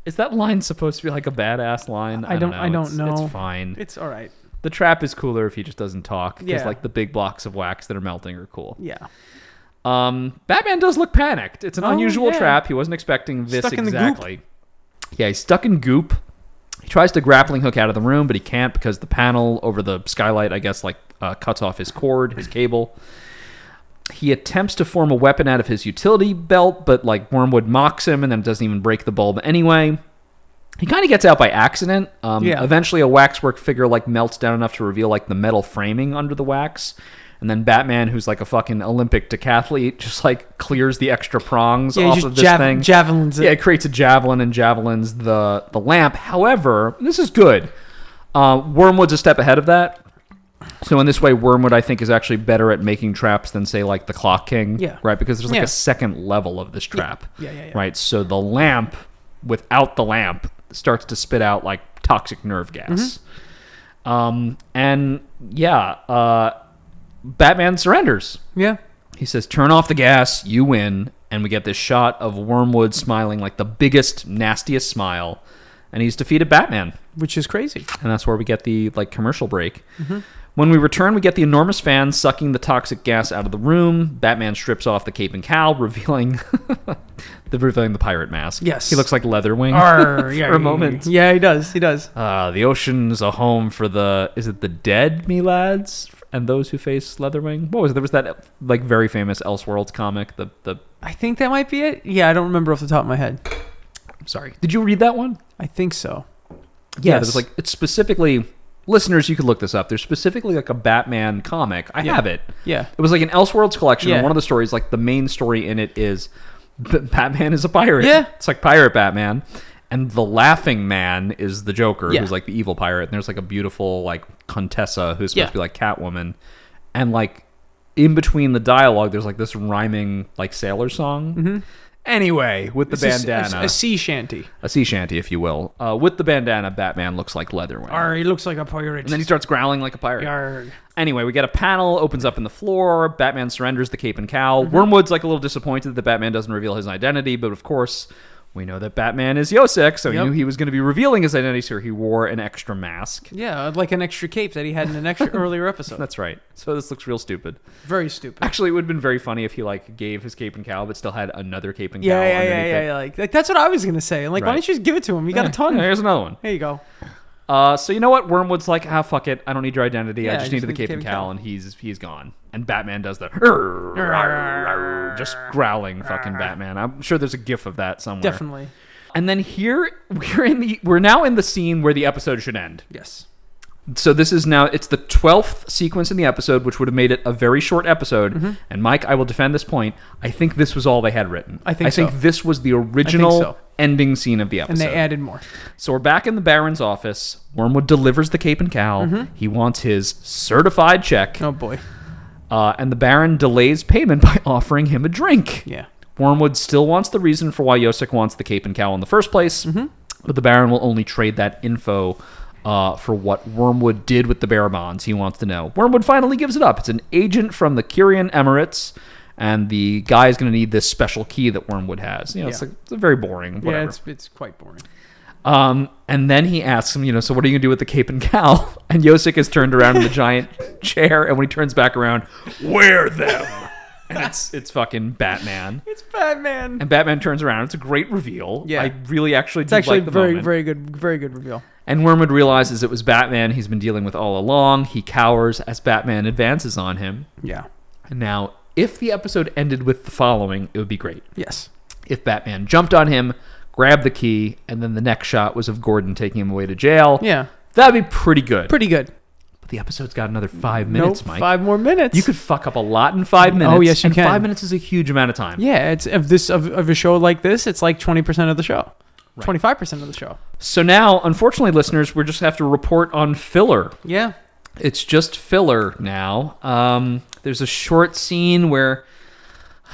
[SPEAKER 1] is that line supposed to be like a badass line?
[SPEAKER 2] I don't- I don't
[SPEAKER 1] It's-
[SPEAKER 2] know.
[SPEAKER 1] It's fine.
[SPEAKER 2] It's all right.
[SPEAKER 1] The trap is cooler if he just doesn't talk, because
[SPEAKER 2] Yeah.
[SPEAKER 1] like the big blocks of wax that are melting are cool.
[SPEAKER 2] Yeah.
[SPEAKER 1] Um, Batman does look panicked. It's an
[SPEAKER 2] Oh,
[SPEAKER 1] unusual
[SPEAKER 2] yeah.
[SPEAKER 1] trap. He wasn't expecting this
[SPEAKER 2] Stuck in the goop.
[SPEAKER 1] exactly. Yeah, he's stuck in goop. He tries to grappling hook out of the room, but he can't because the panel over the skylight, I guess, like uh, cuts off his cord, his cable. He attempts to form a weapon out of his utility belt, but like Wormwood mocks him and then doesn't even break the bulb anyway. He kind of gets out by accident. Um,
[SPEAKER 2] Yeah.
[SPEAKER 1] Eventually, a waxwork figure like melts down enough to reveal like the metal framing under the wax, and then Batman, who's like a fucking Olympic decathlete, just like clears the extra prongs
[SPEAKER 2] Yeah,
[SPEAKER 1] off
[SPEAKER 2] he
[SPEAKER 1] of
[SPEAKER 2] just
[SPEAKER 1] this
[SPEAKER 2] jav-
[SPEAKER 1] thing.
[SPEAKER 2] javelins it.
[SPEAKER 1] Yeah, it creates a javelin and javelins the the lamp. However, this is good. Uh, Wormwood's a step ahead of that. So in this way, Wormwood I think is actually better at making traps than say like the Clock King,
[SPEAKER 2] Yeah.
[SPEAKER 1] right? Because there's like
[SPEAKER 2] Yeah.
[SPEAKER 1] a second level of this trap,
[SPEAKER 2] Yeah, yeah, yeah.
[SPEAKER 1] right? So the lamp, without the lamp, starts to spit out like toxic nerve gas.
[SPEAKER 2] Mm-hmm.
[SPEAKER 1] Um, and yeah, uh, Batman surrenders.
[SPEAKER 2] Yeah.
[SPEAKER 1] He says, "Turn off the gas, you win." And we get this shot of Wormwood smiling like the biggest, nastiest smile, and he's defeated Batman.
[SPEAKER 2] Which is crazy.
[SPEAKER 1] And that's where we get the like commercial break. When we return, we get the enormous fan sucking the toxic gas out of the room. Batman strips off the cape and cowl, revealing the revealing the pirate mask.
[SPEAKER 2] Yes.
[SPEAKER 1] he looks like Leatherwing
[SPEAKER 2] Arr,
[SPEAKER 1] for
[SPEAKER 2] yeah,
[SPEAKER 1] a moment.
[SPEAKER 2] Yeah, he does. He does.
[SPEAKER 1] Uh, the ocean's a home for the is it the dead, me lads, and those who face Leatherwing. What was it? there was that like very famous Elseworlds comic. The the
[SPEAKER 2] I think that might be it. Yeah, I don't remember off the top of my head.
[SPEAKER 1] I'm sorry, did you read that one?
[SPEAKER 2] I think so.
[SPEAKER 1] Yeah,
[SPEAKER 2] Yes.
[SPEAKER 1] there's like it's specifically Listeners, you could look this up. There's specifically like a Batman comic. I have it.
[SPEAKER 2] Yeah.
[SPEAKER 1] It was like an Elseworlds collection.
[SPEAKER 2] Yeah.
[SPEAKER 1] And one of the stories, like the main story in it, is B- Batman is a pirate.
[SPEAKER 2] Yeah.
[SPEAKER 1] It's like Pirate Batman. And the Laughing Man is the Joker,
[SPEAKER 2] Yeah.
[SPEAKER 1] who's like the evil pirate. And there's like a beautiful, like, Contessa who's supposed
[SPEAKER 2] Yeah.
[SPEAKER 1] to be like Catwoman. And like in between the dialogue, there's like this rhyming, like, sailor song. Anyway, with the
[SPEAKER 2] Mm-hmm. It's a-
[SPEAKER 1] bandana
[SPEAKER 2] A, a sea shanty.
[SPEAKER 1] a sea shanty, if you will. Uh, with the bandana, Batman looks like Leatherwing.
[SPEAKER 2] Or he looks like a pirate.
[SPEAKER 1] And then he starts growling like a pirate.
[SPEAKER 2] Yarg.
[SPEAKER 1] Anyway, we get a panel, opens up in the floor. Batman surrenders the cape and cowl.
[SPEAKER 2] Mm-hmm.
[SPEAKER 1] Wormwood's like a little disappointed that Batman doesn't reveal his identity, but of course, we know that Batman is Yosek, so
[SPEAKER 2] Yep.
[SPEAKER 1] he knew he was going to be revealing his identity, so he wore an extra mask.
[SPEAKER 2] Yeah, like an extra cape that he had in an extra earlier episode.
[SPEAKER 1] That's right. So this looks real stupid.
[SPEAKER 2] Very stupid.
[SPEAKER 1] Actually, it would have been very funny if he like gave his cape and cowl, but still had another cape and
[SPEAKER 2] Yeah,
[SPEAKER 1] cowl.
[SPEAKER 2] yeah, yeah,
[SPEAKER 1] underneath
[SPEAKER 2] yeah,
[SPEAKER 1] it.
[SPEAKER 2] yeah. Like, like that's what I was gonna say. Like, why
[SPEAKER 1] Right.
[SPEAKER 2] don't you just give it to him? You got a ton.
[SPEAKER 1] Here's another one.
[SPEAKER 2] There you go.
[SPEAKER 1] Uh, so you know what? Wormwood's like, ah, fuck it. I don't need your identity.
[SPEAKER 2] Yeah,
[SPEAKER 1] I just needed the cape and
[SPEAKER 2] cowl."
[SPEAKER 1] cowl, and he's he's gone. And Batman does the just growling, fucking Batman. I'm sure there's a gif of that somewhere.
[SPEAKER 2] Definitely.
[SPEAKER 1] And then here we're in the we're now in the scene where the episode should end.
[SPEAKER 2] Yes.
[SPEAKER 1] So this is now it's the twelfth sequence in the episode, which would have made it a very short episode. And Mike, I will defend this point. I think this was all they had written.
[SPEAKER 2] I think
[SPEAKER 1] I think
[SPEAKER 2] so.
[SPEAKER 1] this was the original
[SPEAKER 2] so.
[SPEAKER 1] ending scene of the
[SPEAKER 2] And
[SPEAKER 1] episode.
[SPEAKER 2] they added more.
[SPEAKER 1] So we're back in the Baron's office. Wormwood delivers the cape and cowl.
[SPEAKER 2] Mm-hmm.
[SPEAKER 1] He wants his certified check,
[SPEAKER 2] Oh boy.
[SPEAKER 1] uh, and the Baron delays payment by offering him a drink.
[SPEAKER 2] Yeah.
[SPEAKER 1] Wormwood still wants the reason for why Yosek wants the cape and cowl in the first place,
[SPEAKER 2] Mm-hmm.
[SPEAKER 1] but the Baron will only trade that info uh, for what Wormwood did with the Barabons. He wants to know. Wormwood finally gives it up. It's an agent from the Kyrian Emirates, and the guy is going to need this special key that Wormwood has. You know, it's,
[SPEAKER 2] Yeah.
[SPEAKER 1] like, it's a very boring. Whatever.
[SPEAKER 2] Yeah, it's it's quite boring.
[SPEAKER 1] Um, and then he asks him, you know, so what are you gonna do with the cape and cowl? And Yosik is turned around in the giant chair, and when he turns back around, wear them. And it's it's fucking Batman.
[SPEAKER 2] It's Batman.
[SPEAKER 1] And Batman turns around. It's a great reveal.
[SPEAKER 2] Yeah.
[SPEAKER 1] I really actually
[SPEAKER 2] It's actually
[SPEAKER 1] like the
[SPEAKER 2] very
[SPEAKER 1] moment.
[SPEAKER 2] very good very good reveal.
[SPEAKER 1] And Wormwood realizes it was Batman he's been dealing with all along. He cowers as Batman advances on him.
[SPEAKER 2] Yeah.
[SPEAKER 1] And now, if the episode ended with the following, it would be great
[SPEAKER 2] Yes.
[SPEAKER 1] if Batman jumped on him, grabbed the key, and then the next shot was of Gordon taking him away to jail.
[SPEAKER 2] Yeah.
[SPEAKER 1] That'd be pretty good.
[SPEAKER 2] Pretty good.
[SPEAKER 1] But the episode's got another five minutes,
[SPEAKER 2] nope,
[SPEAKER 1] Mike.
[SPEAKER 2] Five more minutes. Oh,
[SPEAKER 1] You could fuck up a lot in five minutes.
[SPEAKER 2] yes, you
[SPEAKER 1] and
[SPEAKER 2] can.
[SPEAKER 1] Five minutes is a huge amount of time.
[SPEAKER 2] Yeah, it's of this of, of a show like this, it's like twenty percent of the show.
[SPEAKER 1] Right.
[SPEAKER 2] Twenty five percent of the show.
[SPEAKER 1] So now, unfortunately, listeners, we just have to report on filler.
[SPEAKER 2] Yeah.
[SPEAKER 1] It's just filler now. Um, there's a short scene where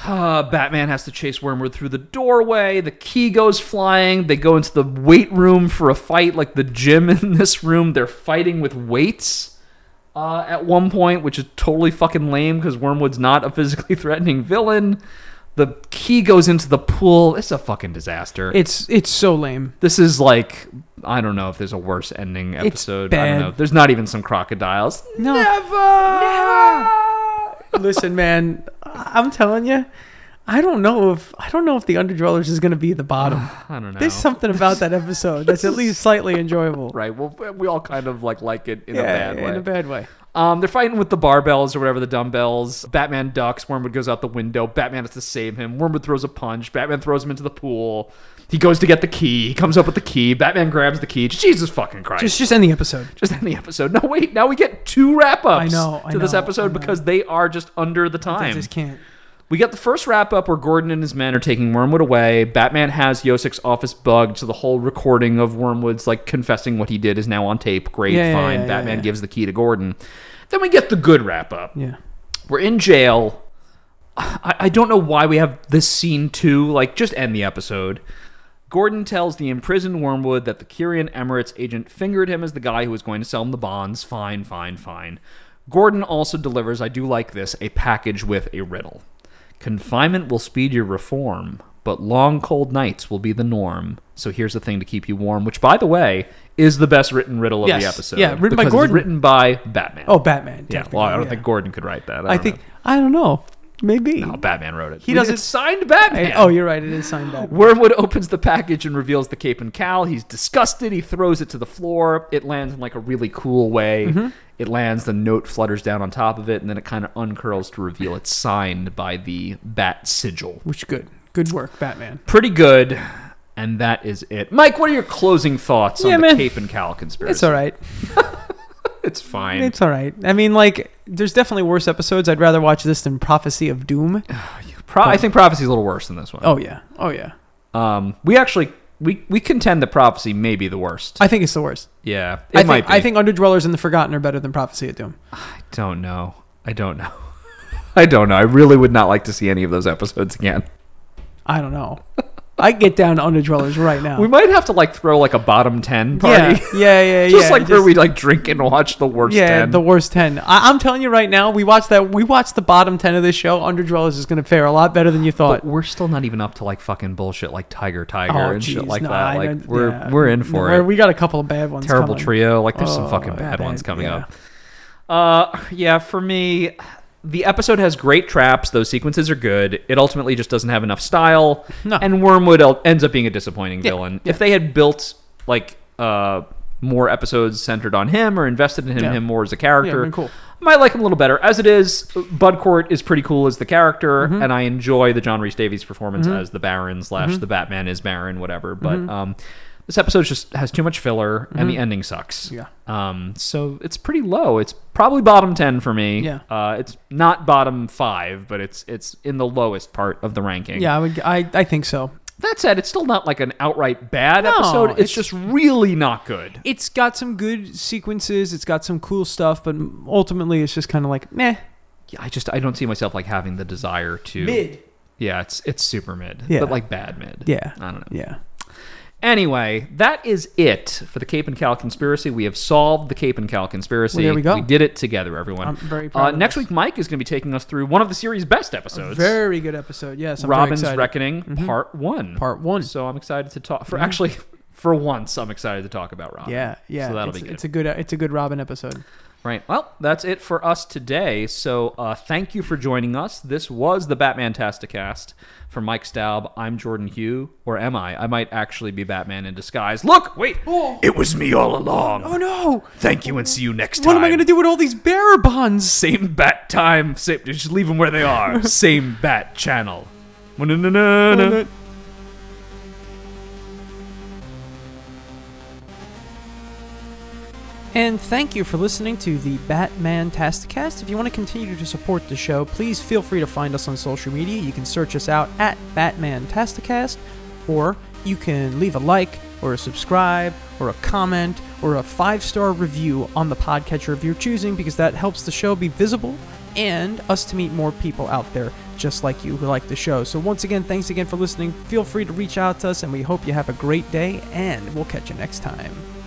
[SPEAKER 1] uh, Batman has to chase Wormwood through the doorway. The key goes flying. They go into the weight room for a fight, like the gym in this room. They're fighting with weights uh, at one point, which is totally fucking lame because Wormwood's not a physically threatening villain. The key goes into the pool. It's a fucking disaster.
[SPEAKER 2] It's it's so lame.
[SPEAKER 1] This is like I don't know if there's a worse ending episode. I
[SPEAKER 2] bad.
[SPEAKER 1] don't know. There's not even some crocodiles.
[SPEAKER 2] No. Listen, man, I- I'm telling you, I don't know if I don't know if the Underdwellers is going to be the bottom.
[SPEAKER 1] I don't know.
[SPEAKER 2] There's something about that episode that's at least slightly enjoyable.
[SPEAKER 1] right. Well, we all kind of like like it in
[SPEAKER 2] Yeah,
[SPEAKER 1] a bad way.
[SPEAKER 2] in a bad way.
[SPEAKER 1] um, they're fighting with the barbells or whatever the dumbbells. Batman ducks. Wormwood goes out the window. Batman has to save him. Wormwood throws a punch. Batman throws him into the pool. He goes to get the key. He comes up with the key. Batman grabs the key. Jesus fucking Christ.
[SPEAKER 2] Just just end the episode.
[SPEAKER 1] just end the episode. No, wait. Now we get two wrap ups
[SPEAKER 2] I know, I
[SPEAKER 1] to this
[SPEAKER 2] know,
[SPEAKER 1] episode
[SPEAKER 2] I know.
[SPEAKER 1] because they are just under the
[SPEAKER 2] I
[SPEAKER 1] time.
[SPEAKER 2] just can't.
[SPEAKER 1] We got the first wrap up where Gordon and his men are taking Wormwood away. Batman has Yosek's office bugged, so the whole recording of Wormwood's like confessing what he did is now on tape. Great,
[SPEAKER 2] Yeah, yeah,
[SPEAKER 1] fine.
[SPEAKER 2] yeah,
[SPEAKER 1] Batman
[SPEAKER 2] yeah, yeah.
[SPEAKER 1] gives the key to Gordon. Then we get the good wrap up.
[SPEAKER 2] Yeah.
[SPEAKER 1] We're in jail. I, I don't know why we have this scene too. Like, just end the episode. Gordon tells the imprisoned Wormwood that the Kyrian Emirates agent fingered him as the guy who was going to sell him the bonds. Fine, fine, fine. Gordon also delivers, I do like this, a package with a riddle. Confinement will speed your reform, but long cold nights will be the norm. So here's a thing to keep you warm, which, by the way, is the best written riddle
[SPEAKER 2] Yes,
[SPEAKER 1] of the episode.
[SPEAKER 2] yeah, written
[SPEAKER 1] because
[SPEAKER 2] by
[SPEAKER 1] it's
[SPEAKER 2] Gordon.
[SPEAKER 1] Written by Batman.
[SPEAKER 2] Oh, Batman.
[SPEAKER 1] yeah.
[SPEAKER 2] technically,
[SPEAKER 1] Well, I don't
[SPEAKER 2] yeah.
[SPEAKER 1] think Gordon could write that.
[SPEAKER 2] I
[SPEAKER 1] don't
[SPEAKER 2] think
[SPEAKER 1] know.
[SPEAKER 2] I don't know. Maybe.
[SPEAKER 1] No, Oh, Batman wrote it.
[SPEAKER 2] He
[SPEAKER 1] We-
[SPEAKER 2] doesn't-
[SPEAKER 1] It's signed Batman.
[SPEAKER 2] I- oh, you're right. It is signed Batman.
[SPEAKER 1] Wormwood opens the package and reveals the cape and cowl. He's disgusted. He throws it to the floor. It lands in like a really cool way.
[SPEAKER 2] Mm-hmm.
[SPEAKER 1] It lands. The note flutters down on top of it, and then it kind of uncurls to reveal it's signed by the Bat Sigil.
[SPEAKER 2] Which good. Good work, Batman.
[SPEAKER 1] Pretty good. And that is it. Mike, what are your closing thoughts
[SPEAKER 2] Yeah,
[SPEAKER 1] on
[SPEAKER 2] man.
[SPEAKER 1] the cape and cowl conspiracy?
[SPEAKER 2] It's all right.
[SPEAKER 1] It's fine.
[SPEAKER 2] It's all right. I mean, like, there's definitely worse episodes. I'd rather watch this than Prophecy of Doom.
[SPEAKER 1] Oh. Pro- I think prophecy's a little worse than this one.
[SPEAKER 2] Oh yeah. Oh yeah.
[SPEAKER 1] Um, we actually we we contend that prophecy may be the worst.
[SPEAKER 2] I think it's the worst.
[SPEAKER 1] yeah, it
[SPEAKER 2] I think,
[SPEAKER 1] might be.
[SPEAKER 2] I think Underdwellers and the Forgotten are better than Prophecy of Doom.
[SPEAKER 1] I don't know. I don't know. I don't know. I really would not like to see any of those episodes again.
[SPEAKER 2] I don't know. I get down to Underdwellers right now.
[SPEAKER 1] We might have to like throw like a bottom ten party,
[SPEAKER 2] Oh. Yeah, yeah, yeah.
[SPEAKER 1] just
[SPEAKER 2] yeah,
[SPEAKER 1] like where we like drink and watch the worst.
[SPEAKER 2] yeah,
[SPEAKER 1] 10.
[SPEAKER 2] the worst ten. I, I'm telling you right now, we watched that. We watched the bottom ten of this show. Underdwellers is going to fare a lot better than you thought.
[SPEAKER 1] But we're still not even up to like fucking bullshit like Tiger Tiger
[SPEAKER 2] oh,
[SPEAKER 1] and shit
[SPEAKER 2] jeez,
[SPEAKER 1] like
[SPEAKER 2] no,
[SPEAKER 1] that.
[SPEAKER 2] I
[SPEAKER 1] Like
[SPEAKER 2] don't-
[SPEAKER 1] we're
[SPEAKER 2] yeah.
[SPEAKER 1] we're in for
[SPEAKER 2] We're-
[SPEAKER 1] it.
[SPEAKER 2] We got a couple of bad ones.
[SPEAKER 1] Terrible
[SPEAKER 2] coming.
[SPEAKER 1] trio. Like there's some
[SPEAKER 2] Oh,
[SPEAKER 1] fucking bad, ones coming
[SPEAKER 2] yeah.
[SPEAKER 1] up. Uh, yeah, for me, the episode has great traps. Those sequences are good. It ultimately just doesn't have enough style.
[SPEAKER 2] No.
[SPEAKER 1] And Wormwood el- ends up being a disappointing
[SPEAKER 2] Yeah,
[SPEAKER 1] villain. If they had built like uh more episodes centered on him or invested in him,
[SPEAKER 2] Yeah.
[SPEAKER 1] him more as a
[SPEAKER 2] Yeah,
[SPEAKER 1] character,
[SPEAKER 2] been cool.
[SPEAKER 1] I might like him a little better. As it is, Budcourt is pretty cool as the character,
[SPEAKER 2] Mm-hmm.
[SPEAKER 1] and I enjoy the John Reese Davies performance as the Baron slash the Batman is Baron, whatever. But
[SPEAKER 2] Mm-hmm.
[SPEAKER 1] um, this episode just has too much filler, and the ending sucks.
[SPEAKER 2] Yeah.
[SPEAKER 1] Um, so it's pretty low. It's probably bottom ten for me.
[SPEAKER 2] Yeah.
[SPEAKER 1] Uh, it's not bottom five, but it's it's in the lowest part of the ranking.
[SPEAKER 2] Yeah, I, would, I I think so.
[SPEAKER 1] That said, it's still not like an outright bad
[SPEAKER 2] No,
[SPEAKER 1] episode. It's,
[SPEAKER 2] it's-
[SPEAKER 1] just really not good.
[SPEAKER 2] It's got some good sequences. It's got some cool stuff, but ultimately, it's just kind of like meh.
[SPEAKER 1] I just I don't see myself like having the desire to Yeah, it's it's super mid,
[SPEAKER 2] Yeah.
[SPEAKER 1] but like bad mid.
[SPEAKER 2] Yeah.
[SPEAKER 1] I don't know.
[SPEAKER 2] Yeah.
[SPEAKER 1] Anyway, that is it for the Cape and Cal conspiracy. We have solved the Cape and Cal conspiracy.
[SPEAKER 2] Well, there we go.
[SPEAKER 1] did it together, everyone.
[SPEAKER 2] I'm very
[SPEAKER 1] uh,
[SPEAKER 2] proud of
[SPEAKER 1] next
[SPEAKER 2] us.
[SPEAKER 1] week, Mike is going to be taking us through one of the series' best episodes,
[SPEAKER 2] Very good episode. Yes. I'm very
[SPEAKER 1] Robin's
[SPEAKER 2] excited. Mm-hmm.
[SPEAKER 1] Reckoning, Part One.
[SPEAKER 2] Part one. Mm-hmm.
[SPEAKER 1] So I'm excited to talk. For actually, for once, I'm excited to talk about Robin.
[SPEAKER 2] Yeah, yeah.
[SPEAKER 1] uh, So that'll
[SPEAKER 2] it's,
[SPEAKER 1] be good.
[SPEAKER 2] It's a good. It's a good Robin episode.
[SPEAKER 1] Right. Well, that's it for us today. So uh, thank you for joining us. This was the Batman Tasticast. For Mike Staub, I'm Jordan Hugh, or am I? I might actually be Batman in disguise. Look, wait. It was me all along.
[SPEAKER 2] Oh no!
[SPEAKER 1] Thank you and see you next
[SPEAKER 2] What
[SPEAKER 1] time.
[SPEAKER 2] am I going to do with all these bearer bonds?
[SPEAKER 1] Same bat time. Same, just leave them where they are. same bat channel. Na-na-na-na-na.
[SPEAKER 2] And thank you for listening to the Batman Tasticast. If you want to continue to support the show, please feel free to find us on social media. You can search us out at Batman Tasticast, or you can leave a like, or a subscribe, or a comment, or a five star review on the podcatcher of your choosing because that helps the show be visible and us to meet more people out there just like you who like the show. So, once again, thanks again for listening. Feel free to reach out to us, and we hope you have a great day, and we'll catch you next time.